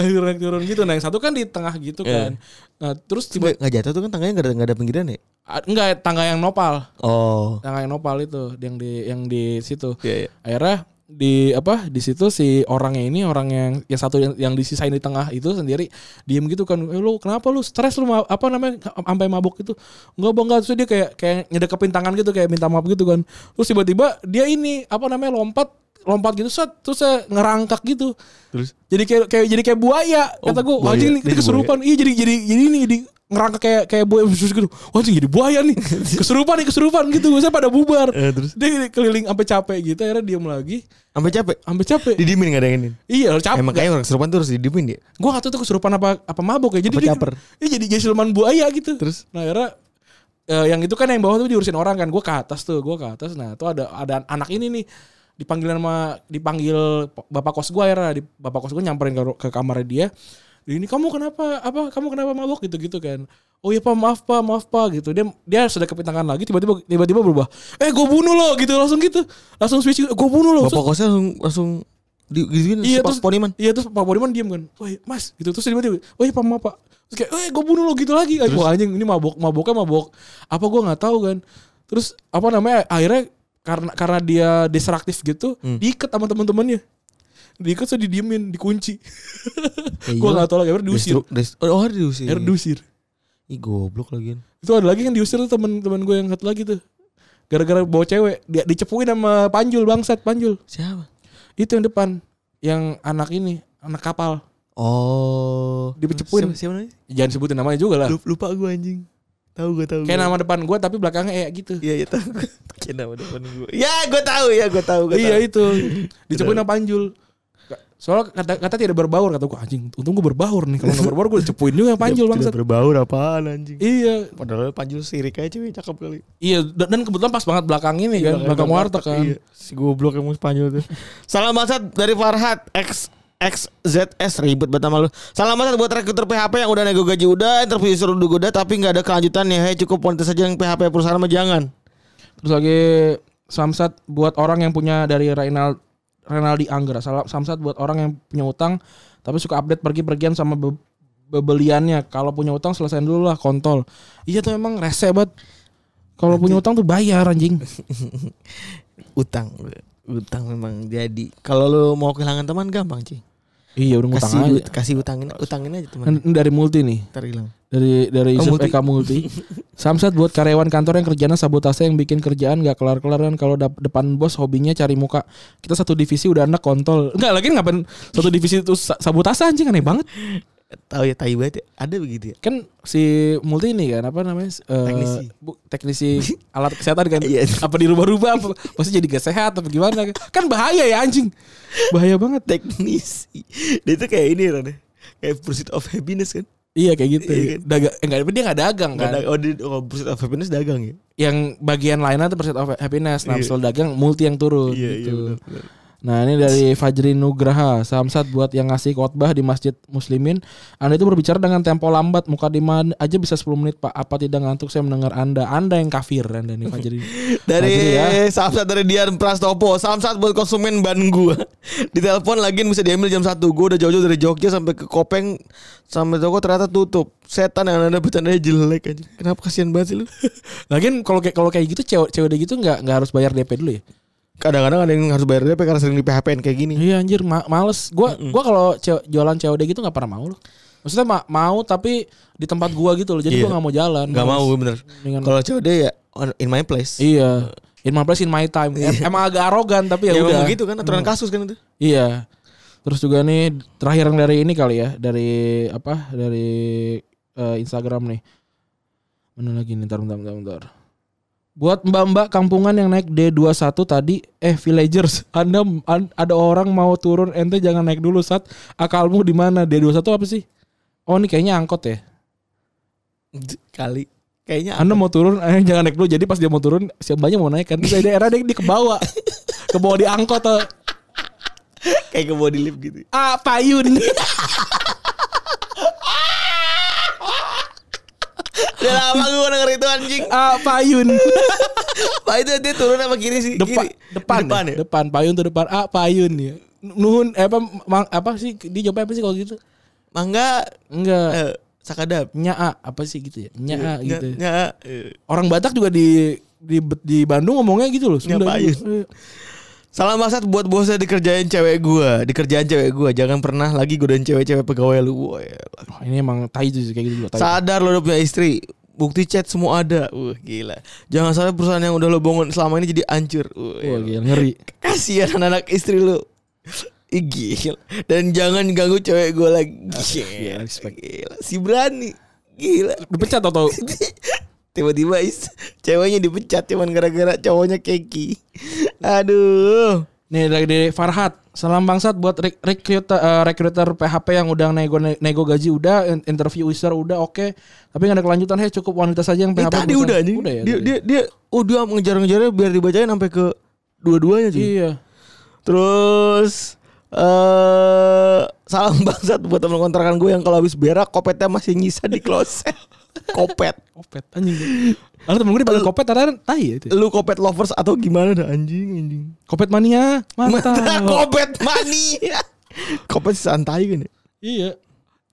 naik turun naik turun gitu nah yang satu kan di tengah gitu kan nah terus tiba
Tiba nggak jatuh tuh kan tangganya nggak ada nggak ada pinggiran ya?
a- enggak tangga yang nopal
Oh.
tangga yang nopal itu yang di yang di situ
Iya, iya.
akhirnya di apa di situ si orangnya ini orang yang yang satu yang, yang disisain di tengah itu sendiri diem gitu kan eh, lu kenapa lu stres lu ma- apa namanya ha- sampai mabuk itu enggak bang enggak terus dia kayak kayak nyedekepin tangan gitu kayak minta maaf gitu kan terus tiba-tiba dia ini apa namanya lompat lompat gitu set terus saya ngerangkak gitu terus jadi kayak kayak jadi kayak buaya kata gue
buaya.
anjing ini
Dia jadi
kesurupan iya jadi jadi jadi ini jadi ngerangkak kayak kayak buaya terus gitu wah anjing jadi buaya nih kesurupan nih kesurupan gitu gue pada bubar
Eh, terus?
dia keliling sampai capek gitu akhirnya diem lagi
Sampai capek.
sampai capek
Didimin nggak ada yang ini.
iya capek
Emang kayaknya orang kesurupan tuh harus didimin ya.
gue gak tau tuh kesurupan apa apa mabok ya jadi
Apa
dia,
caper?
dia jadi jadi siluman buaya gitu
Terus?
nah akhirnya eh, yang itu kan yang bawah tuh diurusin orang kan gue ke atas tuh gue ke atas nah tuh ada ada anak ini nih dipanggil sama dipanggil bapak kos gue akhirnya di, bapak kos gue nyamperin ke, ru- ke kamarnya dia ini kamu kenapa apa kamu kenapa mabok gitu gitu kan oh iya pak maaf pak maaf pak gitu dia dia sudah kepintangan lagi tiba-tiba tiba-tiba berubah eh gue bunuh lo gitu langsung gitu langsung switch gue bunuh lo
Bapak kosnya langsung langsung di gituin
Iya terus
pas poniman.
Iya terus Pak Bodiman diem kan. Woi mas gitu terus tiba-tiba, woi Pak Maaf Pak. Terus kayak, eh gue bunuh lo gitu lagi. Terus? Wah anjing ini mabok maboknya mabok. Apa gue nggak tahu kan. Terus apa namanya akhirnya karena karena dia diseraktif gitu, diikat sama teman-temannya. Diikat saya didiemin, dikunci. gue
Iya,
nggak tahu lagi akhirnya diusir.
Distru- dist- Oh, oh, diusir.
Akhirnya diusir.
Ih goblok lagian.
Itu ada lagi yang diusir tuh teman-teman gue yang satu lagi tuh. Gara-gara bawa cewek, dia dicepuin sama Panjul bangsat Panjul.
Siapa?
Itu yang depan, yang anak ini, anak kapal.
Oh.
Dicepuin.
Siapa, siapa namanya?
Jangan sebutin namanya juga lah.
Lup- Lupa gue anjing. Tahu gue tahu.
Kayak
gua.
nama depan gue tapi belakangnya kayak gitu.
Iya iya tahu. gua. Kayak nama depan gue. Ya gue tahu ya gue tahu gue
iya itu. Dicepuin sama Panjul. Soalnya kata kata tidak berbaur kata gue anjing. Untung gue berbaur nih. Kalau nggak berbaur gue dicepuin juga sama Panjul bangsat.
Iya, berbaur apaan anjing.
Iya,
Padahal panjul sirik aja cewek cakep kali.
iya dan, dan kebetulan pas banget belakang ini kan, belakang warteg kan.
Iya, si goblok emang Spanyol tuh. Salam bangsat dari Farhat X XZS ribet banget sama lu. Salam bangsat buat rekruter PHP yang udah nego gaji udah, interview suruh udah tapi nggak ada kelanjutannya. Hei cukup pontes aja yang PHP perusahaan mah jangan.
Terus lagi Samsat buat orang yang punya dari Reynald Renaldi Anggra. Salam Samsat buat orang yang punya utang tapi suka update pergi-pergian sama be- bebeliannya. Kalau punya utang selesain dulu lah kontol. Iya tuh emang rese banget. Kalau punya utang tuh bayar anjing.
utang utang memang jadi kalau lu mau kehilangan teman gampang sih
iya udah ngutang
kasih
aja.
ut- kasih utangin utangin aja teman
Kan dari multi nih.
ntar hilang
dari dari
Oh,
Yusuf
multi.
Eka Multi. Samsat buat karyawan kantor yang kerjana sabotase yang bikin kerjaan gak kelar-kelaran kalau dap- depan bos hobinya cari muka. Kita satu divisi udah anak kontol. Enggak lagi ngapain satu divisi itu sa- sabotase anjing aneh banget.
tahu ya tai banget ya. ada begitu ya
Kan si Multi ini kan apa namanya? eh,
Teknisi.
bu- teknisi alat kesehatan kan.
Iya.
Apa dirubah-rubah apa pasti jadi gak sehat apa gimana. Kan bahaya ya anjing. Bahaya banget.
teknisi dia tuh kayak ini Ran, ya. kayak pursuit of happiness kan
Iya kayak gitu.
Iya kan?
Dagang enggak dia enggak dagang kan.
Kadang- oh, dia, oh pursuit of happiness dagang ya
yang bagian lainnya tuh percent of happiness. Nah, soal dagang multi yang turun
Iya,
gitu.
iya, benar, benar.
Nah, ini dari Fajri Nugraha, Samsat buat yang ngasih khotbah di Masjid Muslimin. Anda itu berbicara dengan tempo lambat, muka di mana aja bisa 10 menit, Pak. Apa tidak ngantuk saya mendengar Anda? Anda yang kafir, Anda nih Fajri.
dari
Fajri ya.
Samsat dari Dian Prastopo Samsat buat konsumen ban gua ditelepon lagi bisa diambil jam 1 gua udah jauh-jauh dari Jogja sampai ke Kopeng sampai toko ternyata tutup setan yang ada bercandanya jelek aja kenapa kasihan banget sih lu
Lagian kalau kayak kalau kayak gitu cewek cewek udah gitu nggak nggak harus bayar DP dulu ya?
kadang-kadang ada yang harus bayar DP karena sering di PHP-in kayak gini
Iya anjir ma- males. Gua gua kalau ce- jualan COD gitu nggak pernah mau loh. Maksudnya ma- mau tapi di tempat gua gitu loh. Jadi
Iya.
gua nggak mau jalan.
nggak mau gue bener
Dengan-
kalau COD ya on- in my place
Iya. In my place in my time. Em- Emang agak arogan tapi ya,
Iya. ya,
udah.
memang gitu kan aturan kasus kan itu
Iya. Terus juga nih terakhir yang dari ini kali ya dari apa dari eh, Instagram nih. Mana lagi nih? Bentar, bentar, bentar, bentar. Buat mbak-mbak kampungan yang naik D21 tadi, eh villagers, anda an- ada orang mau turun, ente jangan naik dulu saat akalmu di mana D21 apa sih? Oh ini kayaknya angkot ya.
kali kayaknya
Anda mau turun, eh, jangan naik dulu. Jadi pas dia mau turun, si mbaknya mau naik kan. Terus ada daerah dia, dia ke bawah. Ke bawah di angkot. eh, tuh.
kayak ke body lift gitu
Ah, payun.
udah lama gue denger itu anjing
Ah, payun.
Pak itu dia turun apa kiri sih
Depan,
Kiri.
depan,
depan ya?
depan, payun tuh depan. Ah, payun ya. Nuhun, eh, apa, mang- apa sih? Dia jawabnya apa sih kalau gitu?
mangga
Enggak.
eh, sakadap Iya,
Nyaa, apa sih gitu ya? Nyaa gitu. ya.
Nya- eh.
Orang Batak juga di di di Bandung ngomongnya gitu loh. Sunda
Nyapayun.
gitu.
Salam maksat buat bosnya di kerjaan cewek gua, di kerjaan cewek gua jangan pernah lagi godain cewek-cewek pegawai lu. Wah, ya lah.
Wah, Eh, ini emang tai tuh sih, kayak gitu juga. tai.
Sadar lo udah punya istri, bukti chat semua ada. Wah, gila. Jangan sampai perusahaan yang udah lo bangun selama ini jadi hancur. Wah, ya
Wah,
lah.
gila, ngeri.
Kasihan anak istri lu. Ih, Gila. Dan jangan ganggu cewek gua lagi.
iya,
Gila.
respect.
Gila. Si berani. Gila.
Dipecat atau
Tiba-tiba is- ceweknya dipecat cuman gara-gara cowoknya keki. Aduh.
Nih dari, dari Farhat, salam bangsat buat rek- rekruter eh, rekruter PHP yang udah nego nego gaji udah in- interview user udah oke, tapi nggak ada kelanjutan heh cukup wanita saja yang
Ini
PHP.
tadi
perusahaan.
udah anjing.
Udah ya.
dia,
tadi.
dia dia oh dia ngejar-ngejarnya biar dibacain sampai ke dua-duanya sih.
Iya.
Terus eh salam bangsat buat teman kontrakan gue yang kalau habis berak kopetnya masih nyisa di kloset. kopet.
Kopet anjing. Lalu temen gue dipanggil kopet ternyata tai ya itu.
Lu kopet lovers atau gimana dah anjing anjing.
Kopet mania, mantap.
Mata kopet mania. kopet si santai kan ya.
Iya.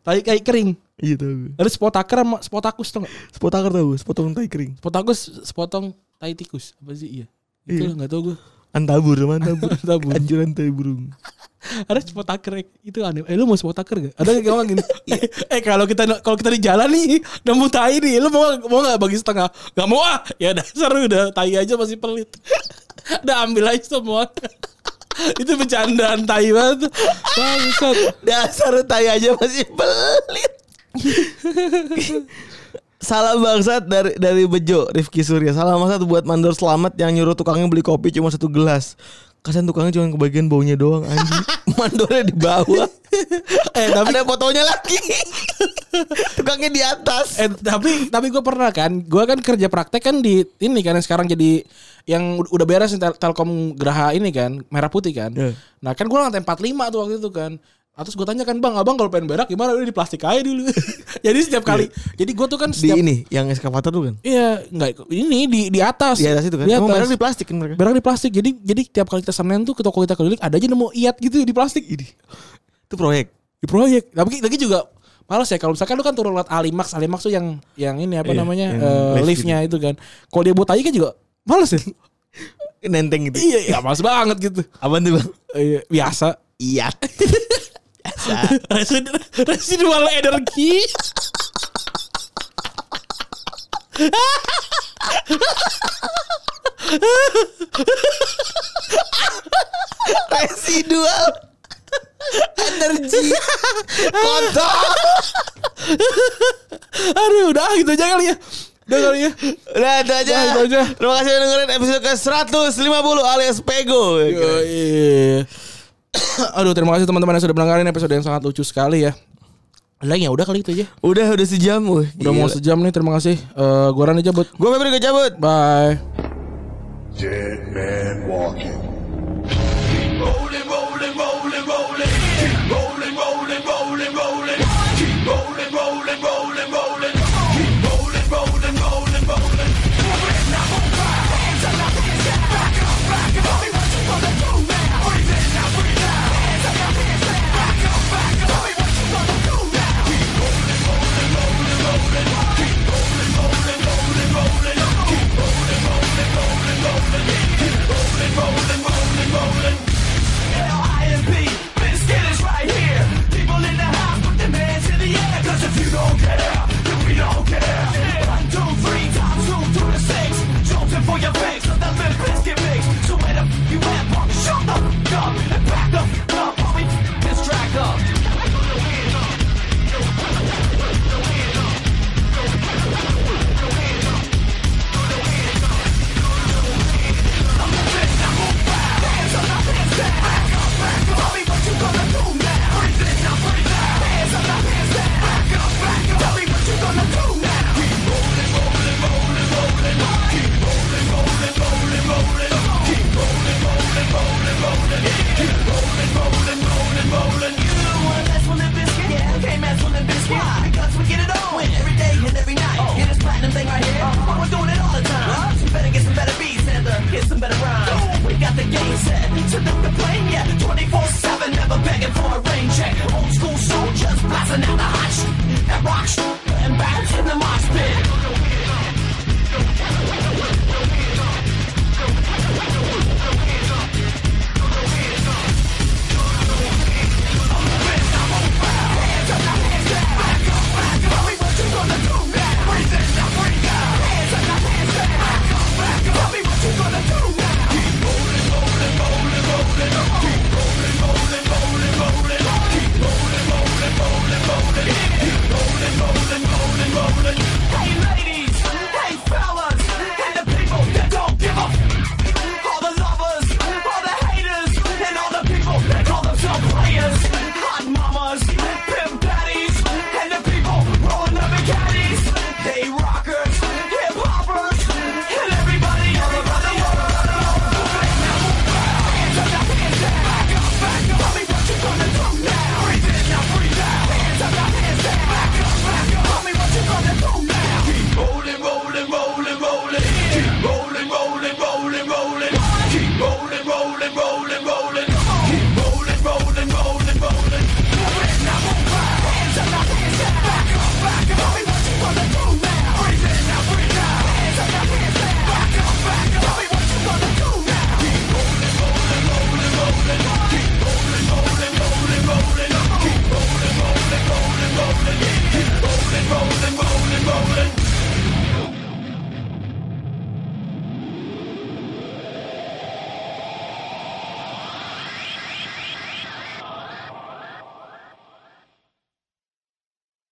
Tai kayak kering.
Iya tau gue.
Ada spotaker sama spotakus tuh nggak?
Spotaker tau gue, sepotong tai kering.
Spotakus sepotong tai tikus. Apa sih iya? Itu
Iya.
lah nggak tahu gue.
Antabur, sama antabur.
Antabur.
Anjur antai burung.
ada spotaker itu aneh eh lu mau spotaker gak ada yang ngomong gini eh, eh kalau kita kalau kita di jalan nih nemu tai nih lu mau mau nggak bagi setengah nggak mau ah ya dasar lu udah tai aja masih pelit udah ambil aja semua itu bercandaan tai banget bangsat
Dasar tai aja masih pelit. Salam bangsat dari dari Bejo Rifki Surya. Salam bangsat buat mandor selamat yang nyuruh tukangnya beli kopi cuma satu gelas. Kasian tukangnya cuma kebagian baunya doang anjing. Mandornya di bawah. eh tapi ada fotonya lagi. tukangnya di atas.
eh tapi tapi gue pernah kan gue kan kerja praktek kan di ini kan yang sekarang jadi yang ud- udah beres nih, Tel- telkom geraha ini kan merah putih kan
Iya.
nah kan gue lantai 45 tuh waktu itu kan terus gue tanya kan bang abang kalau pengen berak gimana udah di plastik aja dulu jadi setiap kali jadi gue tuh kan
Iya. di
setiap
ini yang eskavator tuh kan.
iya nggak ini di di atas
Di atas itu kan.
di
Emang
atas.
barang di plastik kan mereka.
berak di plastik jadi jadi tiap kali kita senin tuh ke toko kita keliling ada aja nemu iat gitu di plastik
Itu proyek.
di proyek tapi lagi juga Males ya kalau misalkan lu kan turun lewat Alimax, Alimax tuh yang yang ini apa
Iya,
namanya?
yang
eh,
lift
liftnya itu kan. Kalau dia buat tai kan juga males ya.
Nenteng gitu.
iya, iya, males banget gitu.
Apaan tuh bang?
Iya, biasa.
Iya.
Residu- residual energi.
Residual energi kotor.
Aduh, udah gitu aja kali ya. Udah kali ya.
Udah itu aja.
Udah, itu aja.
Terima kasih udah dengerin episode ke 150 alias Pego.
ya kan? Yoi. Aduh, terima kasih teman-teman yang sudah mendengarkan episode yang sangat lucu sekali ya. Lain ya udah kali itu aja.
Udah udah sejam. Udah
Udah mau sejam nih, terima kasih. Eh, gua Rani cabut.
Gue Febri gue cabut.
Bye.
Dead man walking.
rolling, rolling, rolling, rolling. Keep rolling, rolling, rolling, rolling. Keep rolling, rolling, rolling, rolling. Keep rolling, rolling, rolling, rolling. L.I.M.P. Been scanners right here. People in the house, put their hands in the air. Cause if you don't care, then we don't care. One, two, three, top two through the six. Jolting for your face, so that Limp Bizkit mix. So where the f- you at, Bobby? Shut the f- up and back the f- up, Bobby. Distract up.
mess with Limp Bizkit? Yeah, I can't mess with Limp Bizkit. Because we get it on. Win every day and every night. Get this platinum thing right here. Oh, we're doing it all the time. So you better get some better beats and uh, get some better rhymes. We got the game set. So don't complain yet. 24-7, never begging for a rain check. Old school soldiers blasting out the hot shit. That rock shit. And battles in the mosh pit. Hey ladies, hey fellas, and the people that don't give a f- All the lovers, all the haters, and all the people that call themselves players. Hot mamas, pimp daddies, and the people rolling up in caddies. They rockers, hip hoppers, and everybody all around the world.
Keep rolling, rolling, rolling, rolling. Keep rolling, rolling, rolling, rolling. Keep rolling, rolling, rolling, rolling. Keep rolling, rolling, rolling, rolling. Rolling, rolling, rolling.